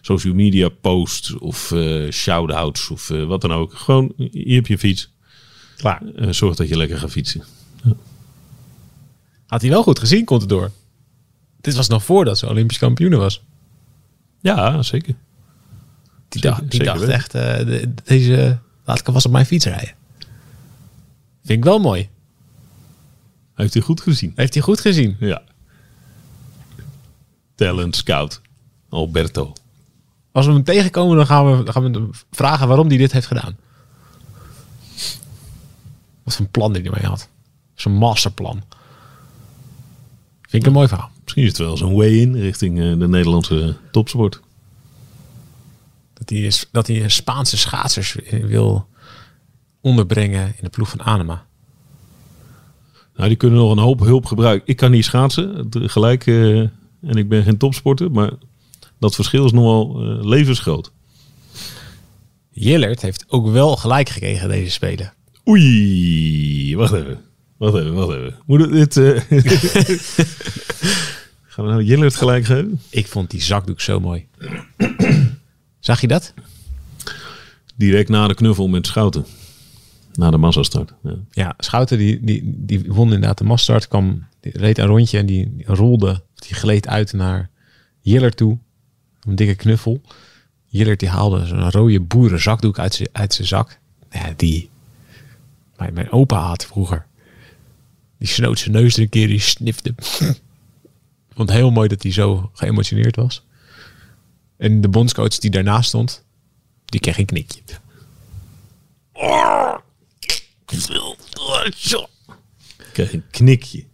[SPEAKER 2] social media posts of eh shout-outs of eh, wat dan ook. Gewoon, hier heb je fiets.
[SPEAKER 3] Klaar.
[SPEAKER 2] Eh, zorg dat je lekker gaat fietsen.
[SPEAKER 3] Had hij wel goed gezien, komt het door. Dit was nog voordat ze Olympisch kampioen was.
[SPEAKER 2] Ja, zeker.
[SPEAKER 3] Die
[SPEAKER 2] Zeker-
[SPEAKER 3] dacht, die
[SPEAKER 2] zeker
[SPEAKER 3] dacht
[SPEAKER 2] weten.
[SPEAKER 3] echt, eh, de- deze laat ik alvast op mijn fiets rijden. Vind ik wel mooi.
[SPEAKER 2] Heeft hij goed gezien.
[SPEAKER 3] Heeft hij goed gezien.
[SPEAKER 2] Ja. Talent scout. Alberto.
[SPEAKER 3] Als we hem tegenkomen, dan gaan we, dan gaan we hem vragen waarom hij dit heeft gedaan. Wat voor een plan die hij mee had. Zo'n masterplan. Vind ik een mooi verhaal.
[SPEAKER 2] Misschien is het wel zo'n way in richting eh, de Nederlandse topsport.
[SPEAKER 3] Dat hij, is- dat hij Spaanse schaatsers wil onderbrengen in de ploeg van Anema.
[SPEAKER 2] Nou, die kunnen nog een hoop hulp gebruiken. Ik kan niet schaatsen, het- gelijk. eh, en ik ben geen topsporter, maar dat verschil is nogal eh, levensgroot.
[SPEAKER 3] Jillert heeft ook wel gelijk gekregen deze spelen.
[SPEAKER 2] Oei, wacht even. Wacht even, wacht even. Moet het dit... eh, Gaan we nou Jillert gelijk geven?
[SPEAKER 3] Ik vond die zakdoek zo mooi. Zag je dat?
[SPEAKER 2] Direct na de knuffel met Schouten. Na de massastart. Ja.
[SPEAKER 3] Ja, Schouten die, die, die won inderdaad de massstart. Kwam, die reed een rondje en die, die rolde, die gleed uit naar Jillert toe. Een dikke knuffel. Jillert die haalde zo'n rode boerenzakdoek uit zijn uit zijn zak. Ja, die mijn, mijn opa had vroeger. Die snoot zijn neus er een keer, die snifte. vond heel mooi dat hij zo geëmotioneerd was. En de bondscoach die daarnaast stond, die kreeg een knikje.
[SPEAKER 2] Ik kreeg een knikje.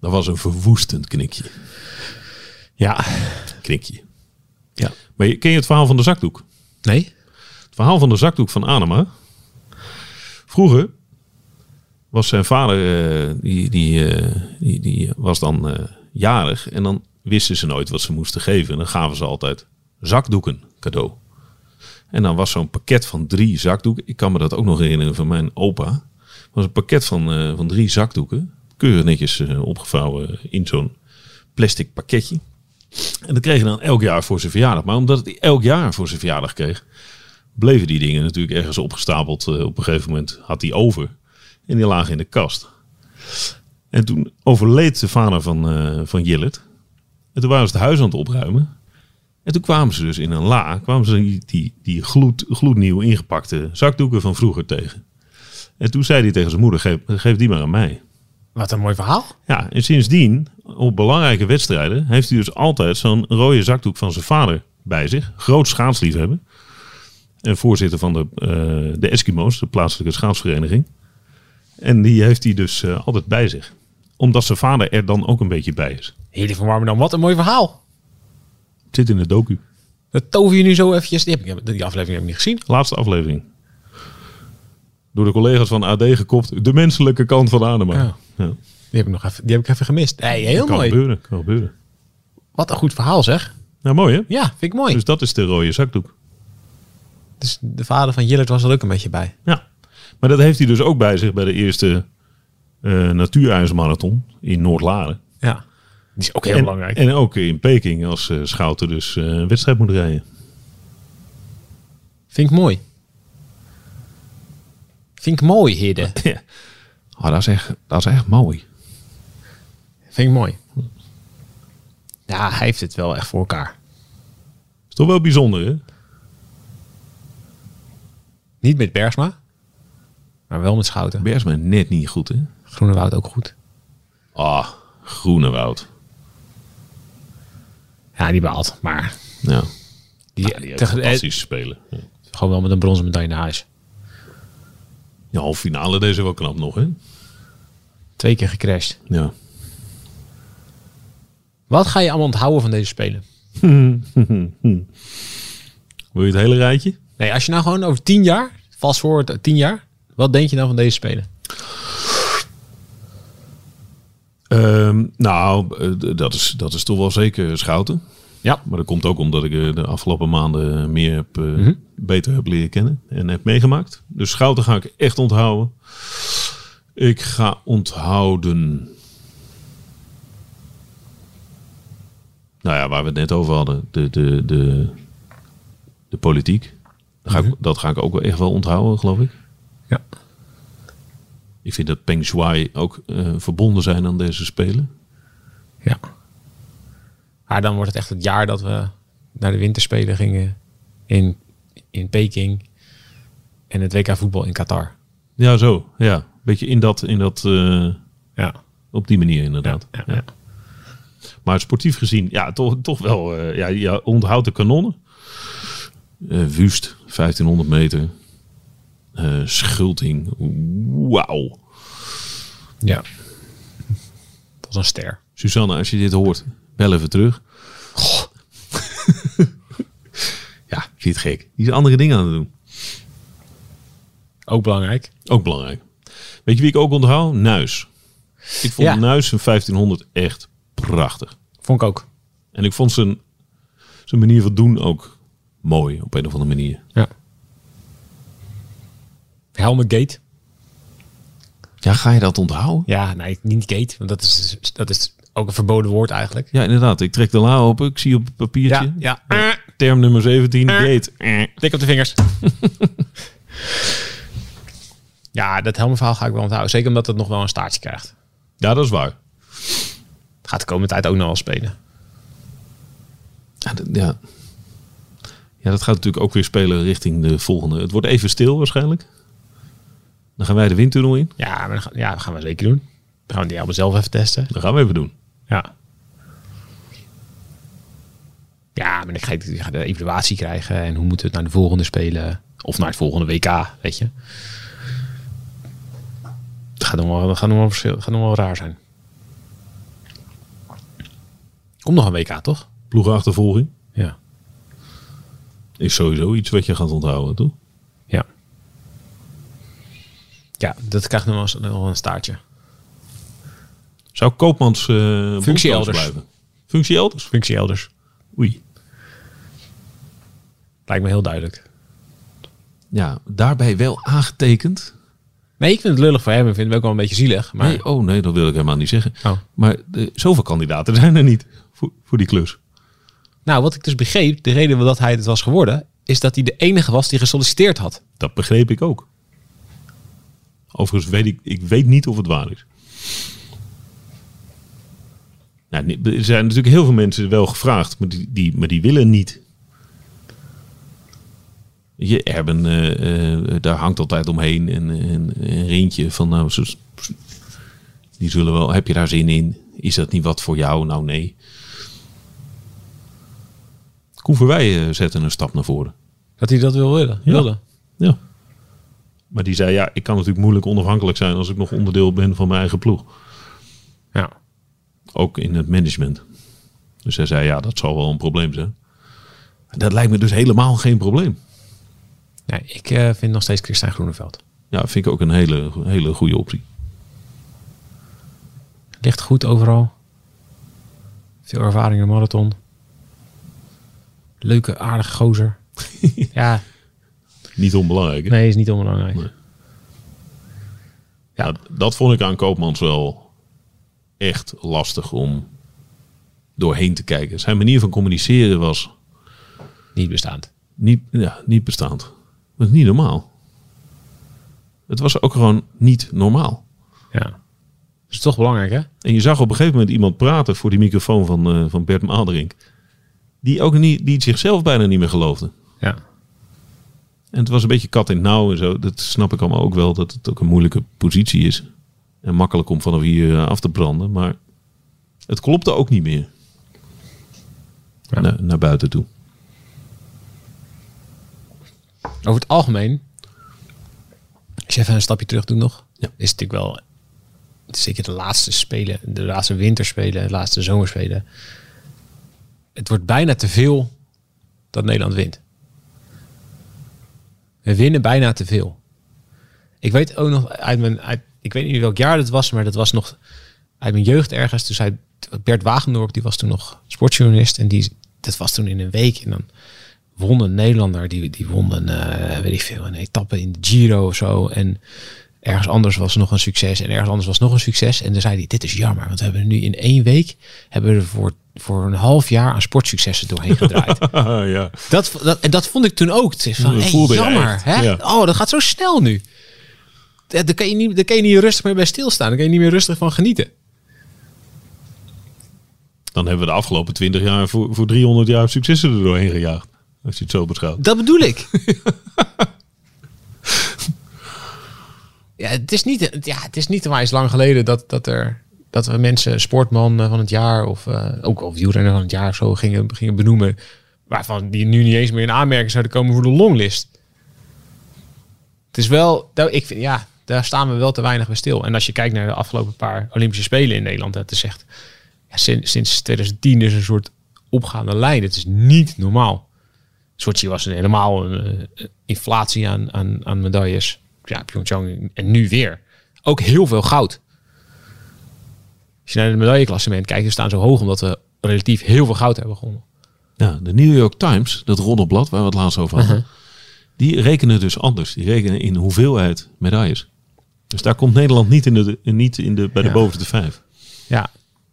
[SPEAKER 2] Dat was een verwoestend knikje.
[SPEAKER 3] Ja.
[SPEAKER 2] Knikje.
[SPEAKER 3] ja.
[SPEAKER 2] Maar je- ken je het verhaal van de zakdoek?
[SPEAKER 3] Nee?
[SPEAKER 2] Het verhaal van de zakdoek van Anema. Vroeger was zijn vader, eh, die, die, eh, die, die was dan eh, jarig. En dan wisten ze nooit wat ze moesten geven. En dan gaven ze altijd zakdoeken cadeau. En dan was zo'n pakket van drie zakdoeken. Ik kan me dat ook nog herinneren van mijn opa. was een pakket van, eh, van drie zakdoeken. Keurig netjes eh, opgevouwen in zo'n plastic pakketje. En dat kreeg hij dan elk jaar voor zijn verjaardag. Maar omdat hij elk jaar voor zijn verjaardag kreeg, bleven die dingen natuurlijk ergens opgestapeld. Eh, op een gegeven moment had hij over. En die lagen in de kast. En toen overleed de vader van, eh, van Jillet. En toen waren ze het huis aan het opruimen. En toen kwamen ze dus in een la, kwamen ze die, die, die gloed, gloednieuw ingepakte zakdoeken van vroeger tegen. En toen zei hij tegen zijn moeder, geef, geef die maar aan mij.
[SPEAKER 3] Wat een mooi verhaal.
[SPEAKER 2] Ja, en sindsdien, op belangrijke wedstrijden, heeft hij dus altijd zo'n rode zakdoek van zijn vader bij zich. Groot schaatsliefhebber. En voorzitter van de, eh, de Eskimo's, de plaatselijke schaatsvereniging. En die heeft hij dus eh, altijd bij zich. Omdat zijn vader er dan ook een beetje bij is.
[SPEAKER 3] Heli van Warmerdam, wat een mooi verhaal.
[SPEAKER 2] Het zit in de docu.
[SPEAKER 3] Dat tover je nu zo eventjes. Die, heb ik, die aflevering heb ik niet gezien.
[SPEAKER 2] Laatste aflevering. Door de collega's van AD gekopt. De menselijke kant van Adema.
[SPEAKER 3] Ja.
[SPEAKER 2] Ja.
[SPEAKER 3] Die heb ik, nog even, die heb ik even gemist. Hey, heel
[SPEAKER 2] kan
[SPEAKER 3] mooi.
[SPEAKER 2] gebeuren. Kan gebeuren.
[SPEAKER 3] Wat een goed verhaal zeg.
[SPEAKER 2] Nou, mooi hè?
[SPEAKER 3] Ja, vind ik mooi. Dus,
[SPEAKER 2] Dus dat is de rode zakdoek.
[SPEAKER 3] de vader van Jillert was er ook een beetje bij.
[SPEAKER 2] Ja, maar dat heeft hij dus ook bij zich bij de eerste eh natuurijsmarathon in Noord-Laren.
[SPEAKER 3] Ja. Die is ook heel
[SPEAKER 2] en,
[SPEAKER 3] belangrijk.
[SPEAKER 2] En ook in Peking als eh Schouten dus eh, een wedstrijd moet rijden.
[SPEAKER 3] vind ik mooi. Vind ik mooi, Hidde.
[SPEAKER 2] Ah, dat, is echt, dat is echt mooi.
[SPEAKER 3] Vind ik mooi. Ja, hij heeft het wel echt voor elkaar.
[SPEAKER 2] Is toch wel bijzonder, hè?
[SPEAKER 3] Niet met Bergsma, maar wel met Schouten.
[SPEAKER 2] Bergsma net niet goed, hè?
[SPEAKER 3] Groenewoud ook goed.
[SPEAKER 2] Ah, Groenewoud.
[SPEAKER 3] Ja, die behaalt. Maar
[SPEAKER 2] Ja,
[SPEAKER 3] die,
[SPEAKER 2] die heeft
[SPEAKER 3] tege-
[SPEAKER 2] fantastisch spelen. Ja.
[SPEAKER 3] eh, gewoon wel met een bronzen medaille naar huis.
[SPEAKER 2] De halve finale deze wel knap nog, hè?
[SPEAKER 3] Twee keer gecrashed.
[SPEAKER 2] Ja.
[SPEAKER 3] Wat ga je allemaal onthouden van deze spelen?
[SPEAKER 2] Wil je het hele rijtje?
[SPEAKER 3] Nee, als je nou gewoon over tien jaar, vast voor het tien jaar, wat denk je dan van deze spelen?
[SPEAKER 2] Ehm, nou, eh, d- dat is, dat is toch wel zeker Schouten.
[SPEAKER 3] Ja.
[SPEAKER 2] Maar dat komt ook omdat ik eh, de afgelopen maanden meer heb, eh,
[SPEAKER 3] Mhm.
[SPEAKER 2] beter heb leren kennen en heb meegemaakt. Dus Schouten ga ik echt onthouden. Ik ga onthouden. Nou ja, waar we het net over hadden, de, de, de, de politiek. Dat ga,
[SPEAKER 3] Mhm.
[SPEAKER 2] ik, dat ga ik ook wel echt wel onthouden, geloof ik.
[SPEAKER 3] Ja.
[SPEAKER 2] Ik vind dat Peng Shuai ook eh, verbonden zijn aan deze spelen.
[SPEAKER 3] Ja. Maar dan wordt het echt het jaar dat we naar de winterspelen gingen in, in Peking. En het WK voetbal in Qatar.
[SPEAKER 2] Ja, zo. Ja, beetje in dat, in dat eh,
[SPEAKER 3] Ja,
[SPEAKER 2] op die manier inderdaad.
[SPEAKER 3] ja, ja.
[SPEAKER 2] Maar sportief gezien, ja, toch, toch wel. eh, ja, je onthoudt de kanonnen. Eh, Wust, 1500 meter. Eh, Schulting, wauw.
[SPEAKER 3] ja. Dat was een ster.
[SPEAKER 2] Susanne, als je dit hoort, bel even terug. ja, ik vind het gek. Die is andere dingen aan het doen.
[SPEAKER 3] Ook belangrijk.
[SPEAKER 2] Ook belangrijk. Weet je wie ik ook onthoud? Nuis. Ik vond
[SPEAKER 3] Ja.
[SPEAKER 2] Nuis een 1500 echt prachtig.
[SPEAKER 3] Vond ik ook.
[SPEAKER 2] En ik vond zijn, zijn manier van doen ook mooi op een of andere manier.
[SPEAKER 3] Ja. Helmet Gate.
[SPEAKER 2] Ja, ga je dat onthouden?
[SPEAKER 3] Ja, nee, niet gate, want dat is, dat is ook een verboden woord eigenlijk.
[SPEAKER 2] Ja, inderdaad. Ik trek de la open. Ik zie op het papiertje.
[SPEAKER 3] Ja, ja. Eh.
[SPEAKER 2] Term nummer 17, gate.
[SPEAKER 3] Dik op de vingers. ja, dat helmenverhaal ga ik wel onthouden. Zeker omdat het nog wel een staartje krijgt.
[SPEAKER 2] Ja, dat is waar.
[SPEAKER 3] Het gaat de komende tijd ook nog wel spelen.
[SPEAKER 2] Ja, dat- ja. ja, dat gaat natuurlijk ook weer spelen richting de volgende. Het wordt even stil waarschijnlijk. Dan gaan wij de windtunnel in.
[SPEAKER 3] Ja, maar dan ga- ja, dat gaan we zeker doen. We gaan die helmen zelf even testen.
[SPEAKER 2] Dat gaan we even doen.
[SPEAKER 3] Ja. Ja, maar ik ga, ik ga de evaluatie krijgen. En hoe moeten we het naar de volgende spelen? Of naar het volgende WK, weet je. Dat gaat nog wel, dat gaat nog wel, verschil, dat gaat nog wel raar zijn. Komt nog een WK, toch?
[SPEAKER 2] Ploegenachtervolging
[SPEAKER 3] Ja.
[SPEAKER 2] is sowieso iets wat je gaat onthouden, toch?
[SPEAKER 3] Ja. Ja, dat krijgt nog wel eens- nog wel een staartje.
[SPEAKER 2] Zou Koopmans eh bondscoach
[SPEAKER 3] elders.
[SPEAKER 2] blijven? Functie elders?
[SPEAKER 3] Functie elders.
[SPEAKER 2] Oei.
[SPEAKER 3] Lijkt me heel duidelijk.
[SPEAKER 2] Ja, daarbij wel aangetekend.
[SPEAKER 3] Nee, ik vind het lullig voor hem. Ik vind het ook wel een beetje zielig. Maar
[SPEAKER 2] Nee, oh nee, dat wil ik helemaal niet zeggen.
[SPEAKER 3] Oh.
[SPEAKER 2] Maar de, zoveel kandidaten zijn er niet voor, voor die klus.
[SPEAKER 3] Nou, wat ik dus begreep, de reden dat hij het was geworden, is dat hij de enige was die gesolliciteerd had.
[SPEAKER 2] Dat begreep ik ook. Overigens weet ik, ik weet niet of het waar is. Nou, ni- er zijn natuurlijk heel veel mensen wel gevraagd, maar die, die, maar die willen niet. Je Erben, eh, eh, daar hangt altijd omheen en en- een rintje van nou, ze- ze- die zullen wel, heb je daar zin in? Is dat niet wat voor jou? Nou nee. Koen Verwij eh, zette een stap naar voren.
[SPEAKER 3] Dat hij dat wil willen.
[SPEAKER 2] Ja.
[SPEAKER 3] wilde.
[SPEAKER 2] Ja. Maar die zei, ja, ik kan natuurlijk moeilijk onafhankelijk zijn als ik nog onderdeel ben van mijn eigen ploeg.
[SPEAKER 3] ja.
[SPEAKER 2] Ook in het management. Dus hij zei, ja, dat zal wel een probleem zijn. Dat lijkt me dus helemaal geen probleem.
[SPEAKER 3] Nee, ik eh, vind nog steeds Christian Groeneveld.
[SPEAKER 2] Ja, vind ik ook een hele, hele goede optie.
[SPEAKER 3] Ligt goed overal. Veel ervaring in de marathon. Leuke, aardige gozer. ja,
[SPEAKER 2] Niet onbelangrijk. hè?
[SPEAKER 3] nee, is niet onbelangrijk.
[SPEAKER 2] Nee. Ja, dat vond ik aan Koopmans wel echt lastig om doorheen te kijken. Zijn manier van communiceren was
[SPEAKER 3] Niet bestaand.
[SPEAKER 2] Niet, ja, niet bestaand. Dat is niet normaal. Het was ook gewoon niet normaal.
[SPEAKER 3] Ja. Dat is toch belangrijk, hè?
[SPEAKER 2] En je zag op een gegeven moment iemand praten voor die microfoon van, eh, van Bert Maalderink. Die, ook niet, die het zichzelf bijna niet meer geloofde.
[SPEAKER 3] Ja.
[SPEAKER 2] En het was een beetje kat in het nauw en zo. Dat snap ik allemaal ook wel, dat het ook een moeilijke positie is. En makkelijk om vanaf hier eh, af te branden. Maar het klopte ook niet meer.
[SPEAKER 3] Ja.
[SPEAKER 2] Na- naar buiten toe.
[SPEAKER 3] Over het algemeen, als je even een stapje terug doet nog,
[SPEAKER 2] Ja.
[SPEAKER 3] is het natuurlijk wel het is zeker de laatste spelen, de laatste winterspelen, de laatste zomerspelen. Het wordt bijna te veel dat Nederland wint. We winnen bijna te veel. Ik weet ook nog uit mijn, uit, ik weet niet welk jaar dat was, maar dat was nog uit mijn jeugd ergens. Toen zei Bert Wagendorp, die was toen nog sportjournalist en die, dat was toen in een week en dan won een Nederlander, die, die won een, eh, weet ik veel, een etappe in de Giro of zo. En ergens anders was nog een succes en ergens anders was nog een succes. En dan zei hij, dit is jammer, want we hebben nu in één week, hebben we er voor, voor een half jaar aan sportsuccessen doorheen gedraaid.
[SPEAKER 2] ja.
[SPEAKER 3] dat, dat, en dat vond ik toen ook. Het is van,
[SPEAKER 2] Dat
[SPEAKER 3] hey,
[SPEAKER 2] voelde je
[SPEAKER 3] jammer,
[SPEAKER 2] echt,
[SPEAKER 3] hè?
[SPEAKER 2] ja.
[SPEAKER 3] Oh, dat gaat zo snel nu. Ja, Daar kan, je niet, daar kan je niet rustig meer bij stilstaan. Daar kan je niet meer rustig van genieten.
[SPEAKER 2] Dan hebben we de afgelopen 20 jaar voor, voor 300 jaar successen er doorheen gejaagd. Als je het zo beschouwt.
[SPEAKER 3] Dat bedoel ik. ja, het is niet, het- ja, het is niet maar eens lang geleden dat, dat, er, dat we mensen sportman eh, van het jaar of eh, ook of wielrenner van het jaar of zo gingen, gingen benoemen. Waarvan die nu niet eens meer in aanmerking zouden komen voor de longlist. Het is wel, nou, ik vind, ja, daar staan we wel te weinig bij stil. En als je kijkt naar de afgelopen paar Olympische Spelen in Nederland, dat is echt ja, sinds, sinds 2010 is een soort opgaande lijn. Het is niet normaal. Sochi was een helemaal een, eh, inflatie aan, aan, aan medailles. Ja, Pyeongchang en nu weer. Ook heel veel goud. Als je naar de medailleklassement kijkt, dan staan ze hoog omdat we relatief heel veel goud hebben gewonnen.
[SPEAKER 2] Ja, de New York Times, dat roddelblad waar we het laatst over hadden.
[SPEAKER 3] Uh-huh.
[SPEAKER 2] Die rekenen dus anders. Die rekenen in hoeveelheid medailles. Dus daar komt Nederland niet, in de, niet in de, bij de
[SPEAKER 3] Ja.
[SPEAKER 2] bovenste vijf.
[SPEAKER 3] Ja,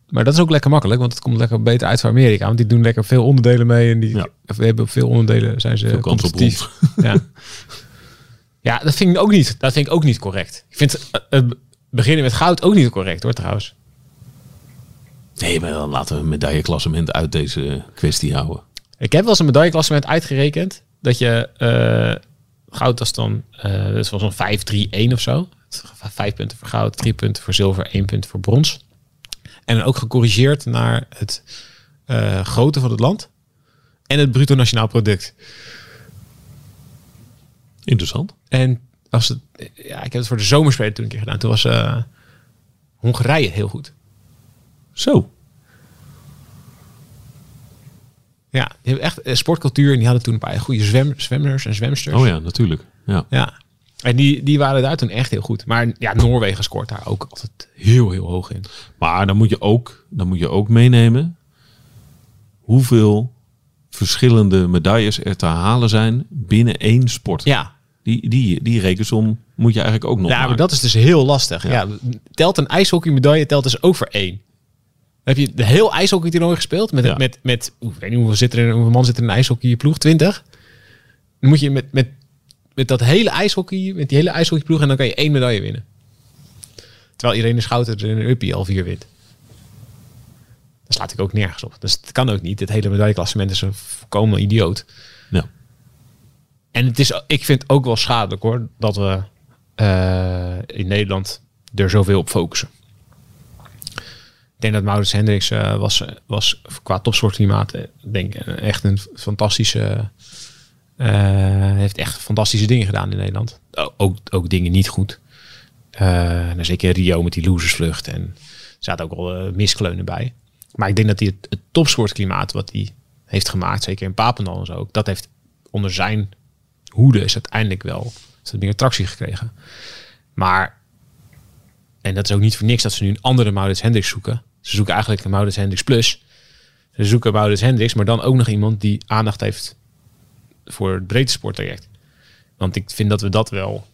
[SPEAKER 3] maar dat is ook lekker makkelijk, want het komt lekker beter uit voor Amerika. Want die doen lekker veel onderdelen mee en die
[SPEAKER 2] Ja.
[SPEAKER 3] of hebben op veel onderdelen zijn ze
[SPEAKER 2] Veel kans op
[SPEAKER 3] competitief. Ja. ja, dat vind ik ook niet. Dat vind ik ook niet correct. Ik vind eh, eh, beginnen met goud ook niet correct, hoor trouwens.
[SPEAKER 2] Nee, maar dan laten we een medailleklassement uit deze kwestie houden.
[SPEAKER 3] Ik heb wel eens een medailleklassement uitgerekend. Dat je eh, goud was dan, eh dat was een 5-3-1 of zo. Vijf punten voor goud, drie punten voor zilver, één punt voor brons. En dan ook gecorrigeerd naar het eh grootte van het land en het bruto nationaal product.
[SPEAKER 2] Interessant.
[SPEAKER 3] En als het, ja, ik heb het voor de zomerspelen toen een keer gedaan. Toen was eh, Hongarije heel goed.
[SPEAKER 2] Zo. Oh
[SPEAKER 3] Ja, die hebben echt eh, sportcultuur en die hadden toen een paar goede zwem, zwemmers en zwemsters.
[SPEAKER 2] Oh ja, natuurlijk. Ja.
[SPEAKER 3] Ja. En die, die waren daar toen echt heel goed. Maar ja, Noorwegen scoort daar ook altijd heel, heel hoog in.
[SPEAKER 2] Maar dan moet, je ook, dan moet je ook meenemen hoeveel verschillende medailles er te halen zijn binnen één sport.
[SPEAKER 3] Ja,
[SPEAKER 2] Die, die, die rekensom moet je eigenlijk ook nog
[SPEAKER 3] ja maar
[SPEAKER 2] maken.
[SPEAKER 3] dat is dus heel lastig. Ja. telt een ijshockeymedaille, telt dus ook voor één. Dan heb je de heel ijshockeytoernooi gespeeld. Met,
[SPEAKER 2] Ja.
[SPEAKER 3] met, met oeh, ik weet niet hoeveel, zit er in, hoeveel man zit er in een ijshockeyploeg? 20. Dan moet je met, met, met dat hele ijshockey, met die hele ijshockeyploeg... en dan kan je één medaille winnen. Terwijl Irene Schouten er in een uppie al vier wint. Dat slaat ik ook nergens op. Dus het kan ook niet. Het hele medailleklassement is een volkomen idioot.
[SPEAKER 2] Ja.
[SPEAKER 3] En het is, ik vind het ook wel schadelijk hoor, dat we eh, in Nederland er zoveel op focussen. Ik denk dat Maurits Hendricks eh, was, was qua topsportklimaat eh, denk, ik, eh, echt een fantastische... eh, heeft echt fantastische dingen gedaan in Nederland. O- Ook, ook dingen niet goed. Eh, en zeker Rio met die losersvlucht. En er zaten ook wel eh, miskleunen bij. Maar ik denk dat hij het, het topsportklimaat wat hij heeft gemaakt, zeker in Papendal en zo, ook, dat heeft onder zijn hoede is uiteindelijk wel is dat meer attractie gekregen. Maar, en dat is ook niet voor niks dat ze nu een andere Maurits Hendricks zoeken. Ze zoeken eigenlijk een Maurits Hendricks Plus. Ze zoeken Maurits Hendricks, maar dan ook nog iemand die aandacht heeft voor het breedte sporttraject. Want ik vind dat we dat wel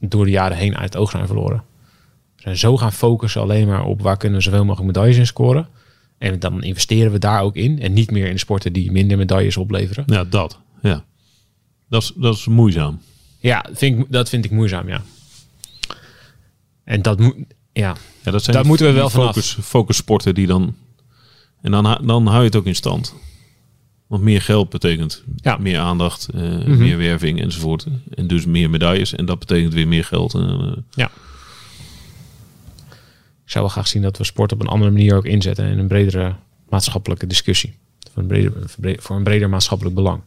[SPEAKER 3] door de jaren heen uit het oog zijn verloren. We zijn zo gaan focussen alleen maar op waar kunnen we zoveel mogelijk medailles in scoren. En dan investeren we daar ook in. En niet meer in de sporten die minder medailles opleveren.
[SPEAKER 2] Ja, dat. Ja. Dat is, dat is moeizaam.
[SPEAKER 3] Ja, vind ik, dat vind ik moeizaam, ja. En dat moet... Ja,
[SPEAKER 2] Ja, dat zijn
[SPEAKER 3] Daar
[SPEAKER 2] die-
[SPEAKER 3] moeten we
[SPEAKER 2] die
[SPEAKER 3] wel vanaf.
[SPEAKER 2] focus, Focussporten die dan... En dan, hou- dan hou je het ook in stand. Want meer geld betekent
[SPEAKER 3] Ja. Mhm.
[SPEAKER 2] meer aandacht, eh, meer werving enzovoort. En dus meer medailles. En dat betekent weer meer geld. En, eh,
[SPEAKER 3] ja. Ik zou wel graag zien dat we sport op een andere manier ook inzetten... in een bredere maatschappelijke discussie. Voor een breder, voor bre- voor een breder maatschappelijk belang.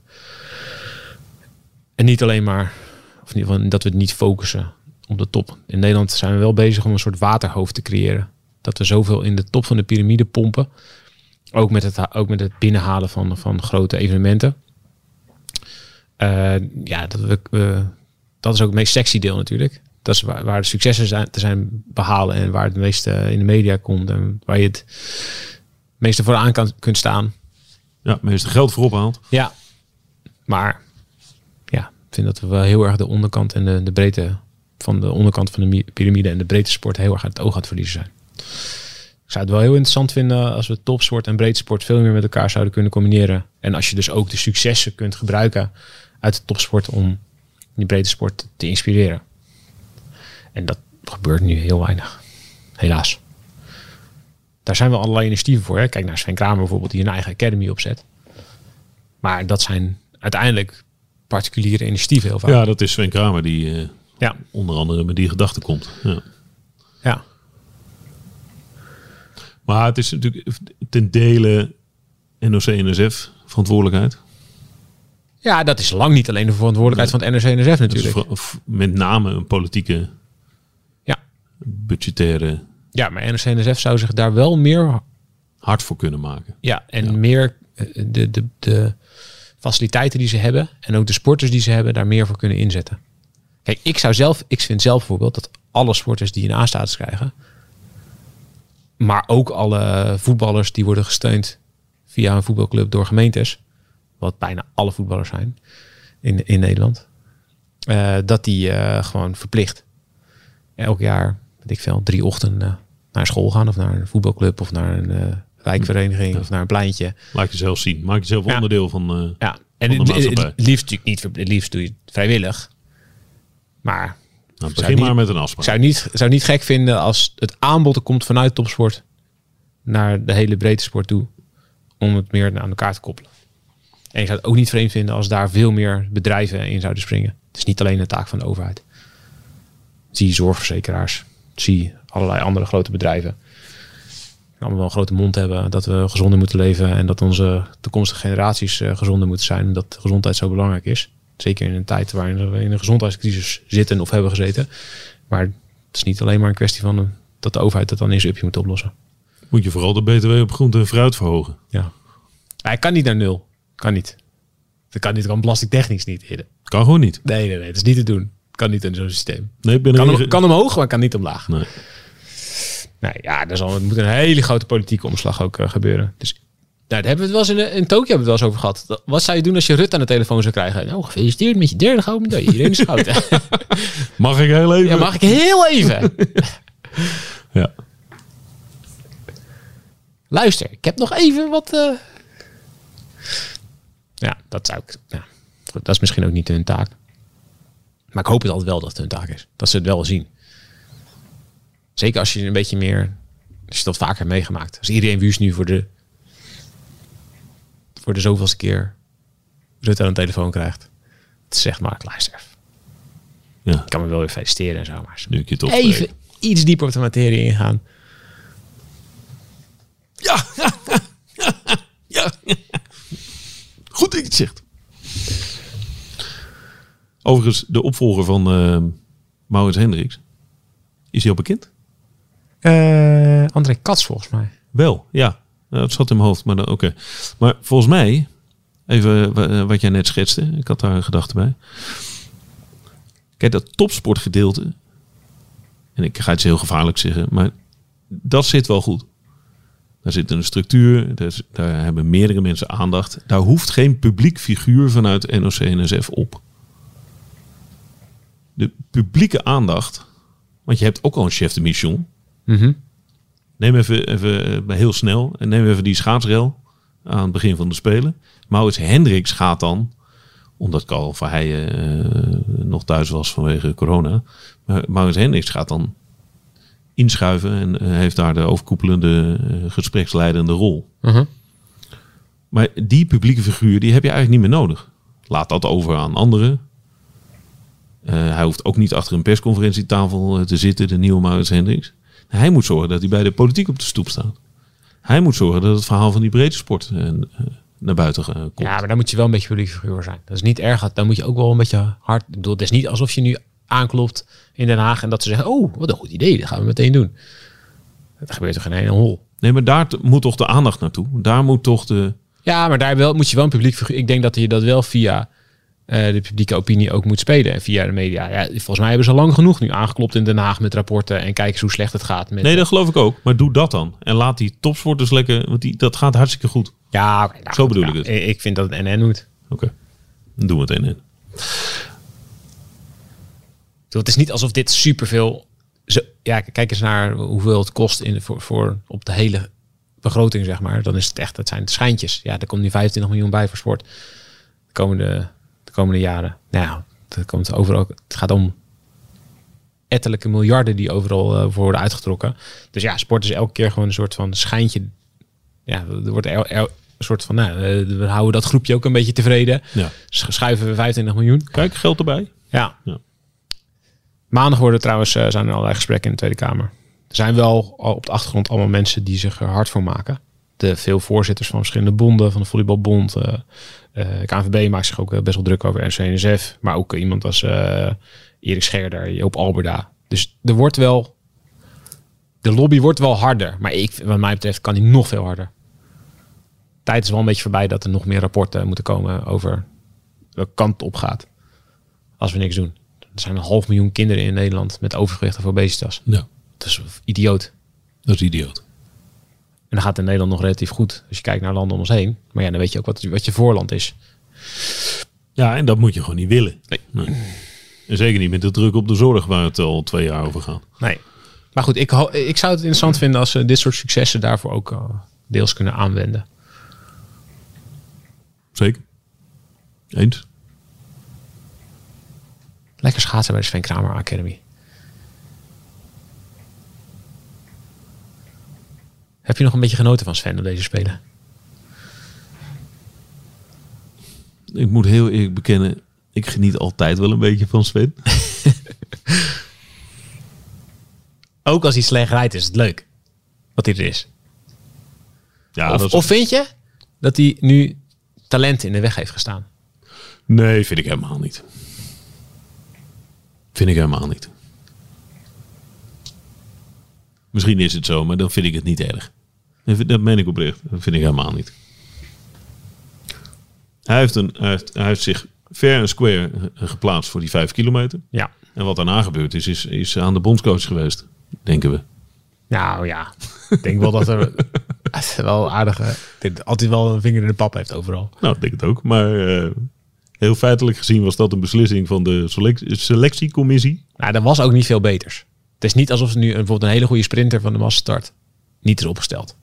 [SPEAKER 3] En niet alleen maar... Of in ieder geval dat we het niet focussen op de top. In Nederland zijn we wel bezig om een soort waterhoofd te creëren. Dat we zoveel in de top van de piramide pompen. Ook met het, ha- ook met het binnenhalen van, van grote evenementen. Eh, ja, dat, we, we- dat is ook het meest sexy deel natuurlijk. Dat is waar, waar de successen zijn, te zijn behalen en waar het meeste in de media komt en waar je het meeste voor aan kan, kunt staan.
[SPEAKER 2] ja, meeste geld voorop haalt.
[SPEAKER 3] Ja, maar ja, ik vind dat we wel heel erg de onderkant en de, de breedte van de onderkant van de mi- piramide en de breedte sport heel erg uit het oog aan het verliezen zijn. Ik zou het wel heel interessant vinden als we topsport en breedsport veel meer met elkaar zouden kunnen combineren. En als je dus ook de successen kunt gebruiken uit de topsport om die breedte sport te inspireren. En dat gebeurt nu heel weinig. Helaas. Daar zijn wel allerlei initiatieven voor. Hè. Kijk naar Sven Kramer bijvoorbeeld, die een eigen academy opzet. Maar dat zijn uiteindelijk particuliere initiatieven heel vaak.
[SPEAKER 2] Ja, dat is Sven Kramer die eh,
[SPEAKER 3] ja.
[SPEAKER 2] onder andere met die gedachte komt. Ja.
[SPEAKER 3] ja.
[SPEAKER 2] Maar het is natuurlijk ten dele NOC-NSF verantwoordelijkheid.
[SPEAKER 3] Ja, dat is lang niet alleen de verantwoordelijkheid van het NRC-NSF
[SPEAKER 2] Dat is
[SPEAKER 3] natuurlijk.
[SPEAKER 2] voor- of met name een politieke,
[SPEAKER 3] Ja.
[SPEAKER 2] budgettaire
[SPEAKER 3] ja, maar NRC-NSF zou zich daar wel meer
[SPEAKER 2] hart voor kunnen maken.
[SPEAKER 3] Ja, en meer eh, de, de, de faciliteiten die ze hebben en ook de sporters die ze hebben daar meer voor kunnen inzetten. Kijk, ik zou zelf, ik vind zelf bijvoorbeeld dat alle sporters die een A-status krijgen, maar ook alle voetballers die worden gesteund via een voetbalclub door gemeentes, wat bijna alle voetballers zijn in, in Nederland, eh, dat die eh, gewoon verplicht elk jaar, weet ik veel, drie ochtenden naar school gaan of naar een voetbalclub of naar een eh, wijkvereniging of naar een pleintje.
[SPEAKER 2] Laat jezelf zien. Maak jezelf
[SPEAKER 3] Ja.
[SPEAKER 2] onderdeel van... eh,
[SPEAKER 3] Ja, en
[SPEAKER 2] Van
[SPEAKER 3] het,
[SPEAKER 2] de
[SPEAKER 3] het- het
[SPEAKER 2] maatschappij.
[SPEAKER 3] liefst natuurlijk niet, ver- het liefst doe je het vrijwillig. Maar
[SPEAKER 2] nou,
[SPEAKER 3] zou
[SPEAKER 2] begin
[SPEAKER 3] niet-
[SPEAKER 2] maar met een
[SPEAKER 3] ik
[SPEAKER 2] afspraak.
[SPEAKER 3] zou niet, zou niet gek vinden als het aanbod er komt vanuit topsport naar de hele breedte sport toe. Om het meer aan elkaar te koppelen. En ik zou het ook niet vreemd vinden als daar veel meer bedrijven in zouden springen. Het is niet alleen een taak van de overheid. Zie zorgverzekeraars, zie allerlei andere grote bedrijven. Die Allemaal wel een grote mond hebben dat we gezonder moeten leven en dat onze toekomstige generaties eh, gezonder moeten zijn. Omdat gezondheid zo belangrijk is. Zeker in een tijd waarin we in een gezondheidscrisis zitten of hebben gezeten. Maar het is niet alleen maar een kwestie van eh, dat de overheid dat dan in zijn upje moet oplossen.
[SPEAKER 2] Moet je vooral de BTW op groente en fruit verhogen.
[SPEAKER 3] Ja. Hij kan niet naar nul. Kan niet. Dat kan niet. Dat kan belastingtechnisch niet. eerder.
[SPEAKER 2] Kan gewoon niet.
[SPEAKER 3] Nee, nee, nee. Het is niet te doen. Kan niet in zo'n systeem.
[SPEAKER 2] Nee, ik ben er
[SPEAKER 3] Kan,
[SPEAKER 2] weer-
[SPEAKER 3] om, kan omhoog, maar kan niet omlaag.
[SPEAKER 2] Nee.
[SPEAKER 3] Nou ja, er zal, het moet een hele grote politieke omslag ook eh, gebeuren. Dus nou, daar hebben we het wel eens in, in Tokio hebben we het wel eens over gehad. Dat- Wat zou je doen als je Rutte aan de telefoon zou krijgen? Nou, gefeliciteerd met je derde gouden medaille. Iedereen in de schouten.
[SPEAKER 2] Mag ik heel even?
[SPEAKER 3] ja, mag ik heel even?
[SPEAKER 2] Ja.
[SPEAKER 3] Luister, ik heb nog even wat. eh. Ja, dat zou ik. Ja. Goed, Dat is misschien ook niet hun taak. Maar ik hoop het altijd wel dat het hun taak is. Dat ze het wel zien. Zeker als je een beetje meer. Als je dat vaker hebt meegemaakt. Als iedereen wist nu voor de. voor de zoveelste keer. Rutte aan de telefoon krijgt. Zeg maar, luister. even.
[SPEAKER 2] Ja.
[SPEAKER 3] Ik kan me wel weer feliciteren en zo. Maar
[SPEAKER 2] Nu ik je toch
[SPEAKER 3] even
[SPEAKER 2] spreek.
[SPEAKER 3] iets dieper op de materie ingaan.
[SPEAKER 2] Ja. Goed dat je het zegt. Overigens, de opvolger van eh, Maurits Hendricks. Is hij al bekend?
[SPEAKER 3] Eh, André Kats volgens mij.
[SPEAKER 2] Wel, ja. Nou, het zat in mijn hoofd, maar dan- oké. Maar volgens mij, even wa- eh, wat jij net schetste, ik had daar een gedachte bij. Kijk, dat topsportgedeelte, en ik ga iets heel gevaarlijk zeggen, maar dat zit wel goed. Daar zit een structuur, daar, is- daar hebben meerdere mensen aandacht. Daar hoeft geen publiek figuur vanuit NOC-NSF op. De publieke aandacht, want je hebt ook al een chef de mission, Mhm. Neem even, even eh, heel snel en neem even die schaatsrel aan het begin van de Spelen. Maurits Hendricks gaat dan, omdat Karl van Heijen eh, nog thuis was vanwege corona. Maar Maurits Hendricks gaat dan inschuiven en eh, heeft daar de overkoepelende eh, gespreksleidende rol. Maar die publieke figuur, die heb je eigenlijk niet meer nodig. Laat dat over aan anderen. Eh, hij hoeft ook niet achter een persconferentietafel eh, te zitten, de nieuwe Maurits Hendricks. Hij moet zorgen dat hij bij de politiek op de stoep staat. Hij moet zorgen dat het verhaal van die breedte sport eh, eh, naar buiten eh, komt.
[SPEAKER 3] Ja, maar dan moet je wel een beetje publiek figuur zijn. Dat is niet erg. Dan moet je ook wel een beetje hard. Ik bedoel, het is niet alsof je nu aanklopt in Den Haag en dat ze zeggen: Oh, wat een goed idee. Dat gaan we meteen doen. Dat gebeurt toch geen ene hol.
[SPEAKER 2] Nee, maar daar t- moet toch de aandacht naartoe. Daar moet toch de...
[SPEAKER 3] Ja, maar daar wel, moet je wel een publiek figuur. Ik denk dat je dat wel via eh, de publieke opinie ook moet spelen. En via de media. Ja, volgens mij hebben ze lang genoeg nu aangeklopt in Den Haag met rapporten. En kijken ze hoe slecht het gaat. Met
[SPEAKER 2] Nee, dat geloof ik ook. Maar doe dat dan. En laat die topsporters lekker... Want die, dat gaat hartstikke goed.
[SPEAKER 3] Ja, oké, nou,
[SPEAKER 2] Zo bedoel
[SPEAKER 3] ja,
[SPEAKER 2] ik het.
[SPEAKER 3] Ik vind dat het NN moet.
[SPEAKER 2] Oké. Dan doen we het in. in.
[SPEAKER 3] Ik bedoel, Het is niet alsof dit superveel... Zo, ja, k- kijk eens naar hoeveel het kost in, voor, voor, op de hele begroting, zeg maar. Dan is het echt, dat zijn het schijntjes. Ja, daar komt nu 25 miljoen bij voor sport. De komende, de komende jaren. Nou ja, dat komt overal, het gaat om ettelijke miljarden die overal eh, voor worden uitgetrokken. Dus ja, sport is elke keer gewoon een soort van schijntje. Ja, er wordt el- el- een soort van, nou, eh, we houden dat groepje ook een beetje tevreden.
[SPEAKER 2] Ja.
[SPEAKER 3] Sch- Schuiven we 25 miljoen.
[SPEAKER 2] Kijk, geld erbij.
[SPEAKER 3] Ja.
[SPEAKER 2] Ja.
[SPEAKER 3] Maandag worden trouwens, eh, zijn er allerlei gesprekken in de Tweede Kamer. Er zijn wel al op de achtergrond allemaal mensen die zich er hard voor maken. De veel voorzitters van verschillende bonden, van de Volleybalbond. eh eh, KNVB maakt zich ook eh, best wel druk over NCNSF. Maar ook eh, iemand als eh, Erik Scherder, Joop Alberda. Dus er wordt wel... De lobby wordt wel harder. Maar ik, wat mij betreft kan die nog veel harder. Tijd is wel een beetje voorbij dat er nog meer rapporten moeten komen over welke kant het op gaat als we niks doen. Er zijn een half miljoen kinderen in Nederland met overgewicht of obesitas.
[SPEAKER 2] Ja,
[SPEAKER 3] Dat is idioot.
[SPEAKER 2] dat is idioot.
[SPEAKER 3] En dan gaat het in Nederland nog relatief goed. Als je kijkt naar landen om ons heen. Maar ja, dan weet je ook wat, wat je voorland is.
[SPEAKER 2] Ja, en dat moet je gewoon niet willen. Nee. En zeker niet met de druk op de zorg waar het al twee jaar over gaat.
[SPEAKER 3] Nee. Maar goed, ik, ho- ik zou het interessant vinden als ze dit soort successen daarvoor ook eh, deels kunnen aanwenden.
[SPEAKER 2] Zeker. Eens.
[SPEAKER 3] Lekker schaatsen bij de Sven Kramer Academy. Heb je nog een beetje genoten van Sven op deze spelen?
[SPEAKER 2] Ik moet heel eerlijk bekennen, ik geniet altijd wel een beetje van Sven.
[SPEAKER 3] Ook als hij slecht rijdt is het leuk. Wat hij er is.
[SPEAKER 2] Ja,
[SPEAKER 3] of,
[SPEAKER 2] dat is-
[SPEAKER 3] of vind je dat hij nu talent in de weg heeft gestaan?
[SPEAKER 2] Nee, vind ik helemaal niet. Vind ik helemaal niet. Misschien is het zo, maar dan vind ik het niet erg. Dat vind- Dat meen ik oprecht. Dat vind ik helemaal niet. Hij heeft, een, hij heeft, hij heeft zich fair en square eh, geplaatst voor die vijf kilometer.
[SPEAKER 3] Ja.
[SPEAKER 2] En wat daarna gebeurd is, is, is aan de bondscoach geweest, denken we.
[SPEAKER 3] Nou ja, ik denk wel dat er Het is wel een aardige. dit Altijd wel een vinger in de pap heeft overal.
[SPEAKER 2] Nou, ik denk het ook. Maar eh, heel feitelijk gezien was dat een beslissing van de select- selectiecommissie.
[SPEAKER 3] Nou, er was ook niet veel beters. Het is niet alsof ze nu een, bijvoorbeeld een hele goede sprinter van de massastart niet is opgesteld.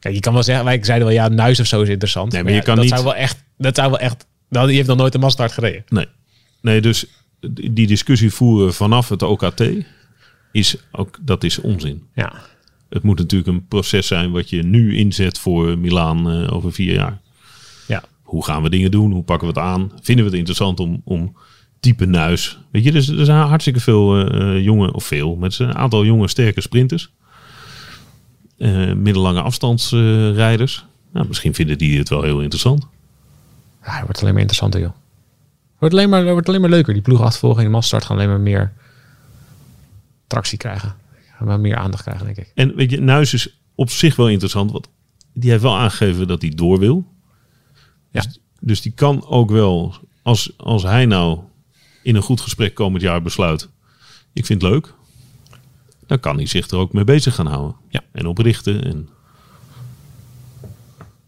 [SPEAKER 3] Kijk, je kan wel zeggen, wij zeiden wel ja, Nuis of zo is interessant.
[SPEAKER 2] Nee, maar je
[SPEAKER 3] ja,
[SPEAKER 2] kan
[SPEAKER 3] dat
[SPEAKER 2] niet-
[SPEAKER 3] Zou wel echt, dat zou wel echt. Nou, die heeft nog nooit een massastart gereden.
[SPEAKER 2] Nee. Nee, dus die discussie voeren vanaf het OKT is ook, dat is onzin.
[SPEAKER 3] Ja.
[SPEAKER 2] Het moet natuurlijk een proces zijn wat je nu inzet voor Milaan eh, over vier jaar.
[SPEAKER 3] Ja.
[SPEAKER 2] Hoe gaan we dingen doen? Hoe pakken we het aan? Vinden we het interessant om, om type nuis? Weet je, er, is- er zijn hartstikke veel eh, eh, jonge, of veel, met een aantal jonge sterke sprinters. Eh, middellange afstandsrijders. nou, misschien vinden die het wel heel interessant.
[SPEAKER 3] Ja, het wordt alleen maar interessanter, joh. Wordt alleen maar, wordt alleen maar leuker. Die ploegachtervolging en de massastart gaan alleen maar meer tractie krijgen. Gaan maar meer aandacht krijgen, denk ik.
[SPEAKER 2] En weet je, Nuis is op zich wel interessant, want die heeft wel aangegeven dat hij door wil.
[SPEAKER 3] Ja.
[SPEAKER 2] Dus, dus die kan ook wel, als, als hij nou in een goed gesprek komend jaar besluit, ik vind het leuk, dan kan hij zich er ook mee bezig gaan houden.
[SPEAKER 3] Ja.
[SPEAKER 2] En oprichten en,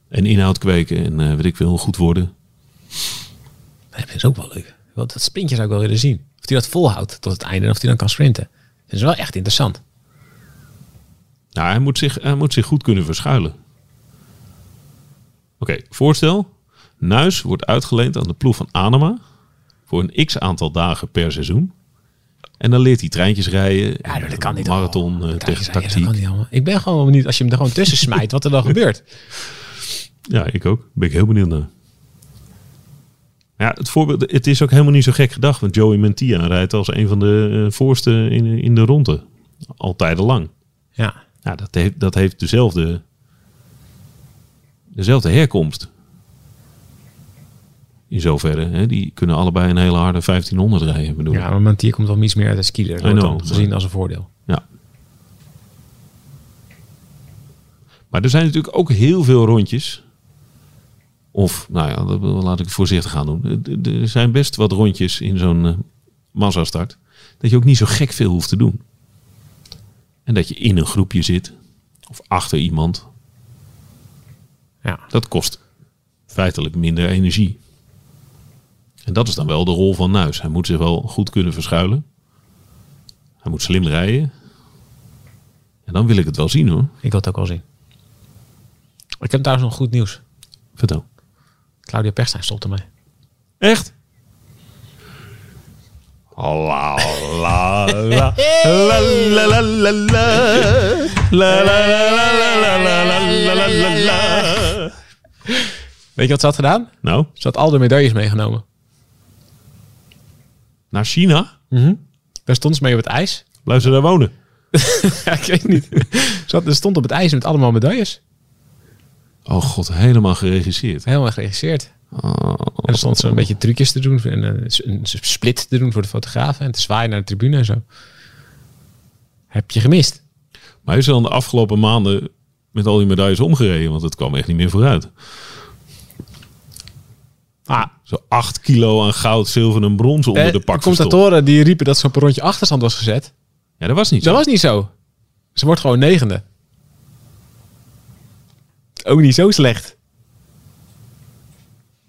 [SPEAKER 2] en inhoud kweken en eh, weet ik veel, goed worden.
[SPEAKER 3] Dat is ook wel leuk. Want dat sprintje zou ik wel willen zien. Of hij dat volhoudt tot het einde en of hij dan kan sprinten. Dat is wel echt interessant.
[SPEAKER 2] Nou, hij moet zich, hij moet zich goed kunnen verschuilen. Oké, voorstel. Nuis wordt uitgeleend aan de ploeg van Anema voor een x aantal dagen per seizoen. En dan leert hij treintjes rijden,
[SPEAKER 3] Ja, dat kan niet.
[SPEAKER 2] marathon, eh,
[SPEAKER 3] Tijdens-
[SPEAKER 2] tegen
[SPEAKER 3] ja, dat kan
[SPEAKER 2] tactiek.
[SPEAKER 3] niet allemaal. Ik ben gewoon wel benieuwd als je hem er gewoon tussen smijt, wat er dan gebeurt.
[SPEAKER 2] Ja, ik ook. Ben ik heel benieuwd naar. Ja, het, voorbeeld, het is ook helemaal niet zo gek gedacht, want Joey Mentia rijdt als een van de eh, voorste in, in de ronde. Al tijden lang.
[SPEAKER 3] Ja.
[SPEAKER 2] Ja, Nou, dat heeft, dat heeft dezelfde, dezelfde herkomst. In zoverre. Hè? Die kunnen allebei een hele harde 1500 rijden. Bedoel. ik.
[SPEAKER 3] ja, maar Mantier komt wel iets meer uit de skier. Dat
[SPEAKER 2] I
[SPEAKER 3] wordt
[SPEAKER 2] know,
[SPEAKER 3] dan gezien als een voordeel.
[SPEAKER 2] Ja. Maar er zijn natuurlijk ook heel veel rondjes. Of, nou ja, dat wil- laat ik het voorzichtig aan doen. Er- Er er zijn best wat rondjes in zo'n eh, massastart. Dat je ook niet zo gek veel hoeft te doen. En dat je in een groepje zit. Of achter iemand.
[SPEAKER 3] Ja.
[SPEAKER 2] Dat kost feitelijk minder energie. En dat is dan wel de rol van Nuis. Hij moet zich wel goed kunnen verschuilen. Hij moet slim rijden. En dan wil ik het wel zien hoor.
[SPEAKER 3] Ik wil het ook wel zien. Ik heb trouwens nog goed nieuws.
[SPEAKER 2] Vertel.
[SPEAKER 3] Claudia Pechstein stopt ermee.
[SPEAKER 2] Echt? La la la la la la la la. La, la, la, la, la, la, la, la, la, la, la.
[SPEAKER 3] Weet je wat ze had gedaan?
[SPEAKER 2] Nou,
[SPEAKER 3] Ze had al de medailles meegenomen.
[SPEAKER 2] naar China?
[SPEAKER 3] Daar stond ze mee op het ijs.
[SPEAKER 2] Blijven ze daar wonen?
[SPEAKER 3] ja, ik weet niet. Ze had, ze stond op het ijs met allemaal medailles.
[SPEAKER 2] Oh god, helemaal geregisseerd.
[SPEAKER 3] Helemaal geregisseerd.
[SPEAKER 2] Oh.
[SPEAKER 3] En er stond ze een beetje trucjes te doen. En eh, s- een s- split te doen voor de fotografen. En te zwaaien naar de tribune en zo. Heb je gemist.
[SPEAKER 2] Maar hij is dan de afgelopen maanden met al die medailles omgereden, want het kwam echt niet meer vooruit.
[SPEAKER 3] Ah,
[SPEAKER 2] Zo 8 kilo aan goud, zilver en brons onder
[SPEAKER 3] eh,
[SPEAKER 2] de pak
[SPEAKER 3] commentatoren die riepen dat ze op een rondje achterstand was gezet.
[SPEAKER 2] Ja, dat was niet zo.
[SPEAKER 3] Dat was niet zo. Ze wordt gewoon negende. Ook niet zo slecht.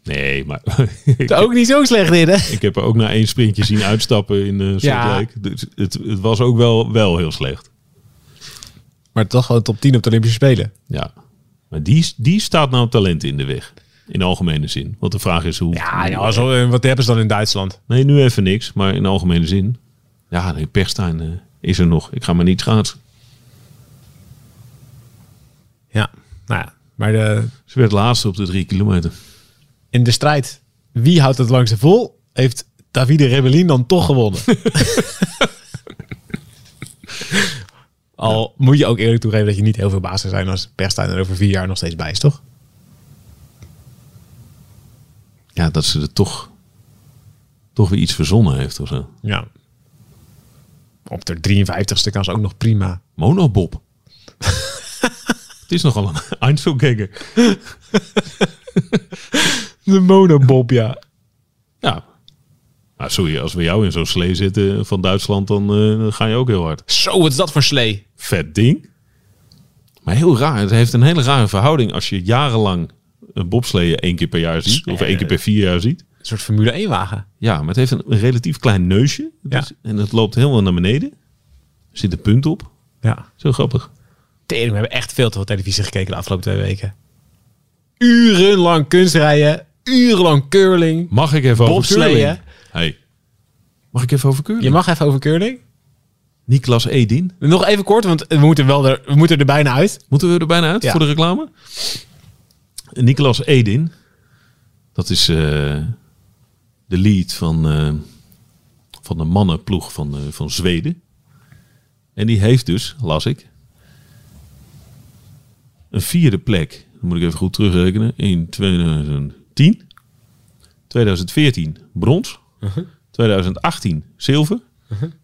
[SPEAKER 2] Nee, maar ik,
[SPEAKER 3] Ook niet zo slecht in, hè?
[SPEAKER 2] ik heb er ook na één sprintje zien uitstappen in eh Salt
[SPEAKER 3] Ja.
[SPEAKER 2] Lake. Dus het, het was ook wel, wel heel slecht.
[SPEAKER 3] Maar toch gewoon top 10 op de Olympische Spelen.
[SPEAKER 2] Ja. Maar die, die staat nou talent in de weg. In algemene zin. Want de vraag is hoe...
[SPEAKER 3] Ja, ja zo, eh, wat hebben ze dan in Duitsland?
[SPEAKER 2] Nee, nu even niks. Maar in algemene zin. Ja, nee, Perstijn eh, is er nog. Ik ga maar niet schaatsen.
[SPEAKER 3] Ja, nou ja. Maar de,
[SPEAKER 2] Ze werd laatste op de drie kilometer.
[SPEAKER 3] in de strijd, wie houdt het langste vol, heeft Davide Rebellin dan toch gewonnen. Al moet je ook eerlijk toegeven dat je niet heel veel baas zou zijn als Perstijn er over vier jaar nog steeds bij is, toch?
[SPEAKER 2] Ja, dat ze er toch, toch weer iets verzonnen heeft of zo.
[SPEAKER 3] Ja. Op de 53ste kan ze ook nog prima.
[SPEAKER 2] Monobob. het is nogal een Einzelgänger.
[SPEAKER 3] De monobob, ja.
[SPEAKER 2] Ja. Maar sorry, als we jou in zo'n slee zitten van Duitsland, dan, eh, dan ga je ook heel hard.
[SPEAKER 3] Zo, wat is dat voor slee?
[SPEAKER 2] Vet ding. Maar heel raar. Het heeft een hele rare verhouding als je jarenlang een bobsleeën één keer per jaar ziet. Of één keer per vier jaar ziet.
[SPEAKER 3] Een soort Formule 1-wagen.
[SPEAKER 2] Ja, maar het heeft een, een relatief klein neusje. Het
[SPEAKER 3] Ja.
[SPEAKER 2] is- en het loopt helemaal naar beneden. Er zit een punt op.
[SPEAKER 3] Ja.
[SPEAKER 2] Zo grappig.
[SPEAKER 3] Tering, we hebben echt veel te veel televisie gekeken de afgelopen twee weken. Urenlang kunstrijden. Urenlang curling.
[SPEAKER 2] Mag ik even over
[SPEAKER 3] Bobsleeën.
[SPEAKER 2] curling? Hey. Mag ik even over curling?
[SPEAKER 3] Je mag even over curling.
[SPEAKER 2] Niklas Edin.
[SPEAKER 3] Nog even kort, want we moeten, wel er, we moeten er bijna uit.
[SPEAKER 2] Moeten we er bijna uit
[SPEAKER 3] Ja.
[SPEAKER 2] voor de reclame? Niklas Edin. Dat is eh, de lead van, eh, van de mannenploeg van, eh, van Zweden. En die heeft dus, las ik, een vierde plek. Dan moet ik even goed terugrekenen. In 2010. 2014 brons. 2018 zilver.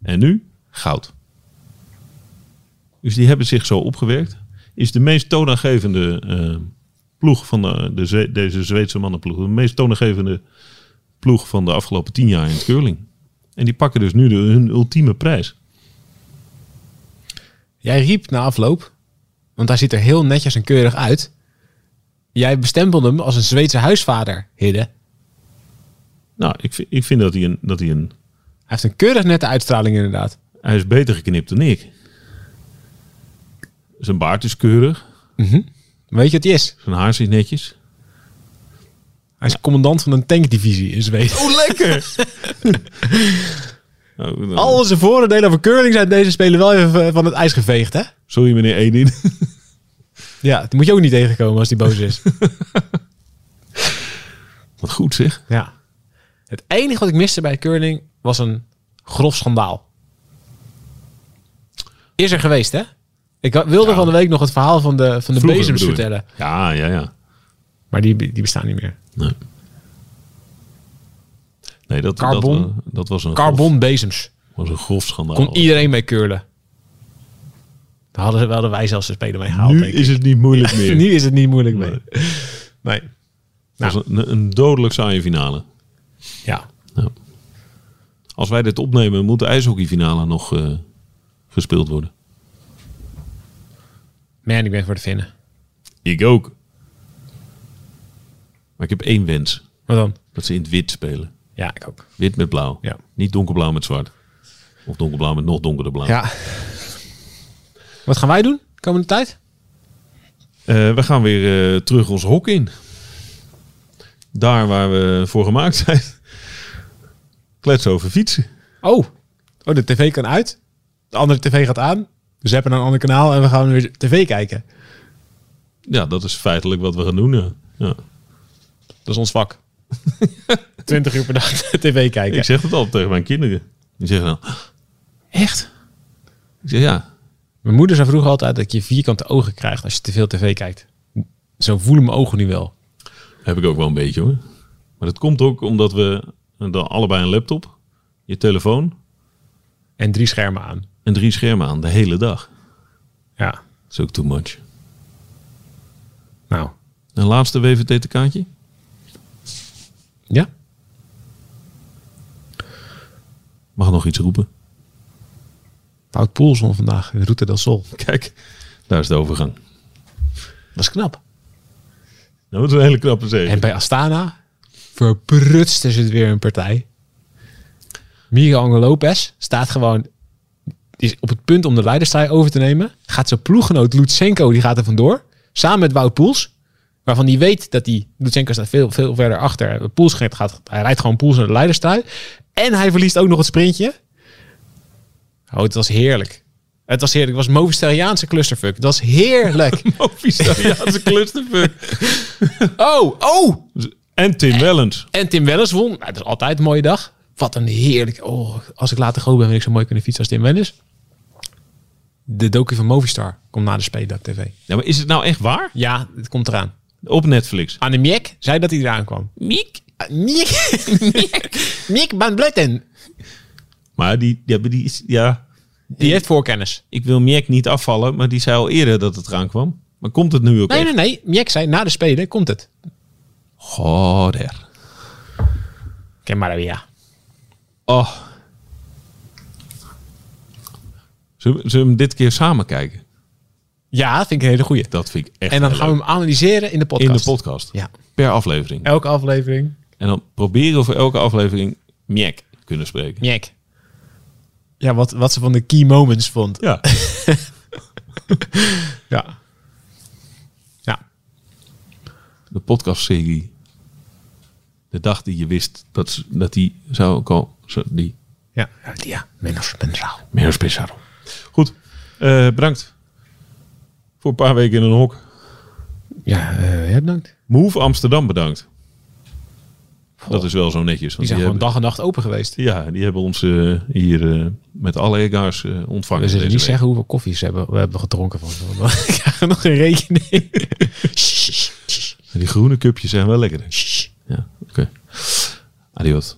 [SPEAKER 2] En nu goud. Dus die hebben zich zo opgewerkt. Is de meest toonaangevende eh, ploeg van de, de Zwe- deze Zweedse mannenploeg. De meest toonaangevende ploeg van de afgelopen tien jaar in het curling. En die pakken dus nu de, hun ultieme prijs.
[SPEAKER 3] Jij riep na afloop, want hij ziet er heel netjes en keurig uit. Jij bestempelde hem als een Zweedse huisvader, Hidde. Hij
[SPEAKER 2] Nou, ik, vi- ik vind dat hij, een, dat hij een...
[SPEAKER 3] heeft een keurig nette uitstraling inderdaad.
[SPEAKER 2] Hij is beter geknipt dan ik. Zijn baard is keurig.
[SPEAKER 3] Maar weet je wat hij is?
[SPEAKER 2] Zijn haar zit netjes.
[SPEAKER 3] Hij is commandant van een tankdivisie in Zweden.
[SPEAKER 2] Oh, lekker! Nou, nou,
[SPEAKER 3] Al onze voordelen voor curling zijn deze spelen wel even van het ijs geveegd, hè?
[SPEAKER 2] Sorry meneer Edin.
[SPEAKER 3] Ja, dat moet je ook niet tegenkomen als die boos is.
[SPEAKER 2] Wat goed zeg.
[SPEAKER 3] ja. Het enige wat ik miste bij curling was een grof schandaal. Is er geweest, hè? Ik wa- wilde van de week nog het verhaal van de, van de
[SPEAKER 2] Vroeger,
[SPEAKER 3] bezems
[SPEAKER 2] bedoel je?
[SPEAKER 3] vertellen.
[SPEAKER 2] Ja, ja, ja.
[SPEAKER 3] Maar die, die bestaan niet meer.
[SPEAKER 2] Nee. Nee, dat,
[SPEAKER 3] Carbon.
[SPEAKER 2] dat, eh, dat was, een grof,
[SPEAKER 3] Carbon bezems.
[SPEAKER 2] was een grof schandaal.
[SPEAKER 3] Kon iedereen mee curlen. Daar hadden, ze- hadden wij zelfs de spelen mee gehaald.
[SPEAKER 2] nu
[SPEAKER 3] denk ik.
[SPEAKER 2] is het niet moeilijk meer.
[SPEAKER 3] nu is het niet moeilijk mee. nee.
[SPEAKER 2] Het was
[SPEAKER 3] Nou.
[SPEAKER 2] een, een dodelijk saaie finale.
[SPEAKER 3] Ja.
[SPEAKER 2] Ja. Als wij dit opnemen, moet de ijshockeyfinale nog eh, gespeeld worden.
[SPEAKER 3] Man, ik ben voor de vinden.
[SPEAKER 2] Ik ook. Maar ik heb één wens.
[SPEAKER 3] Wat dan?
[SPEAKER 2] Dat ze in het wit spelen.
[SPEAKER 3] Ja, ik ook.
[SPEAKER 2] Wit met blauw.
[SPEAKER 3] Ja.
[SPEAKER 2] Niet donkerblauw met zwart. Of donkerblauw met nog donkerder blauw.
[SPEAKER 3] Ja. Wat gaan wij doen komende tijd?
[SPEAKER 2] Eh, we gaan weer eh, terug ons hok in. Daar waar we voor gemaakt zijn. Kletsen over fietsen.
[SPEAKER 3] Oh, oh de tv kan uit. De andere tv gaat aan. We zetten naar een ander kanaal en we gaan weer tv kijken.
[SPEAKER 2] Ja, dat is feitelijk wat we gaan doen. ja. Ja.
[SPEAKER 3] Dat is ons vak. 20 uur per dag tv kijken.
[SPEAKER 2] Ik zeg het altijd tegen mijn kinderen. Die zeggen dan,
[SPEAKER 3] Echt?
[SPEAKER 2] ik zeg ja,
[SPEAKER 3] Mijn moeder zei vroeger altijd dat je vierkante ogen krijgt als je te veel tv kijkt. Zo voelen mijn ogen nu wel.
[SPEAKER 2] Heb ik ook wel een beetje hoor. Maar dat komt ook omdat we dan allebei een laptop, je telefoon
[SPEAKER 3] En drie schermen aan.
[SPEAKER 2] en drie schermen aan de hele dag.
[SPEAKER 3] Ja,
[SPEAKER 2] Dat is ook too much.
[SPEAKER 3] nou.
[SPEAKER 2] Een laatste WVT-kaartje?
[SPEAKER 3] Ja?
[SPEAKER 2] Mag nog iets roepen?
[SPEAKER 3] Wout Poelson vandaag in Route del Sol.
[SPEAKER 2] Kijk, daar is de overgang.
[SPEAKER 3] Dat is knap.
[SPEAKER 2] Nou, dat is een hele knappe zege.
[SPEAKER 3] En bij Astana verprutste ze het weer een partij. Miguel Angel Lopez staat gewoon is op het punt om de leiderstrijd over te nemen. Gaat zijn ploeggenoot Lutsenko, die gaat er vandoor. Samen met Wout Poels. Waarvan die weet dat die Lutsenko staat veel, veel verder achter. Poels gaat, gaat- hij rijdt gewoon Poels naar de leiderstrijd. En hij verliest ook nog het sprintje. Oh, het was heerlijk. Het was heerlijk. Het was Movisteriaanse clusterfuck. Dat was heerlijk.
[SPEAKER 2] Movisteriaanse clusterfuck.
[SPEAKER 3] oh, oh!
[SPEAKER 2] En Tim Wellens.
[SPEAKER 3] En Tim Wellens won. Nou, dat is altijd een mooie dag. Wat een heerlijk. Oh, als ik later groot ben, wil ik zo mooi kunnen fietsen als Tim Wellens. De docu van Movistar komt na de Speedag TV.
[SPEAKER 2] Ja, maar is het nou echt waar?
[SPEAKER 3] Ja, het komt eraan.
[SPEAKER 2] Op Netflix.
[SPEAKER 3] Anne Miek zei dat hij eraan kwam.
[SPEAKER 2] Miek.
[SPEAKER 3] Ah, Miek. Miek. Miek van Bletten.
[SPEAKER 2] Maar die, ja, maar die is, ja,
[SPEAKER 3] Die heeft voorkennis.
[SPEAKER 2] ik wil Miek niet afvallen, maar die zei al eerder dat het eraan kwam. Maar komt het nu ook
[SPEAKER 3] Nee,
[SPEAKER 2] echt?
[SPEAKER 3] nee, nee. Miek zei, na de Spelen komt het.
[SPEAKER 2] Goder.
[SPEAKER 3] Ken maar ja.
[SPEAKER 2] Oh. Zullen we, zullen we hem dit keer samen kijken?
[SPEAKER 3] Ja, vind ik een hele goeie.
[SPEAKER 2] Dat vind ik echt
[SPEAKER 3] En dan
[SPEAKER 2] heel
[SPEAKER 3] gaan we hem analyseren in de
[SPEAKER 2] leuk.
[SPEAKER 3] podcast.
[SPEAKER 2] in de podcast.
[SPEAKER 3] Ja.
[SPEAKER 2] Per aflevering.
[SPEAKER 3] Elke aflevering.
[SPEAKER 2] En dan proberen we voor elke aflevering Miek kunnen spreken.
[SPEAKER 3] Miek. Ja, wat, wat ze van de key moments vond.
[SPEAKER 2] Ja.
[SPEAKER 3] Ja. Ja.
[SPEAKER 2] De podcastserie. De dag die je wist dat, ze- dat die zou komen. Die
[SPEAKER 3] Ja. Ja, menos pensado.
[SPEAKER 2] meer speciaal. Goed. Eh, bedankt. Voor een paar weken in een hok.
[SPEAKER 3] Ja, eh, ja, bedankt.
[SPEAKER 2] Move Amsterdam bedankt. Dat is wel zo netjes.
[SPEAKER 3] Die eh,
[SPEAKER 2] want die
[SPEAKER 3] zijn gewoon
[SPEAKER 2] hebben-
[SPEAKER 3] dag en nacht open geweest.
[SPEAKER 2] Ja, die hebben ons eh, hier eh, met alle egaars eh, ontvangen.
[SPEAKER 3] We
[SPEAKER 2] deze
[SPEAKER 3] zullen niet
[SPEAKER 2] week.
[SPEAKER 3] zeggen hoeveel koffies hebben, we hebben gedronken van. ze, want We krijgen nog geen rekening. Ssh, ssh,
[SPEAKER 2] Die groene cupjes zijn wel lekker.
[SPEAKER 3] ssh.
[SPEAKER 2] Ja, oké. Adios.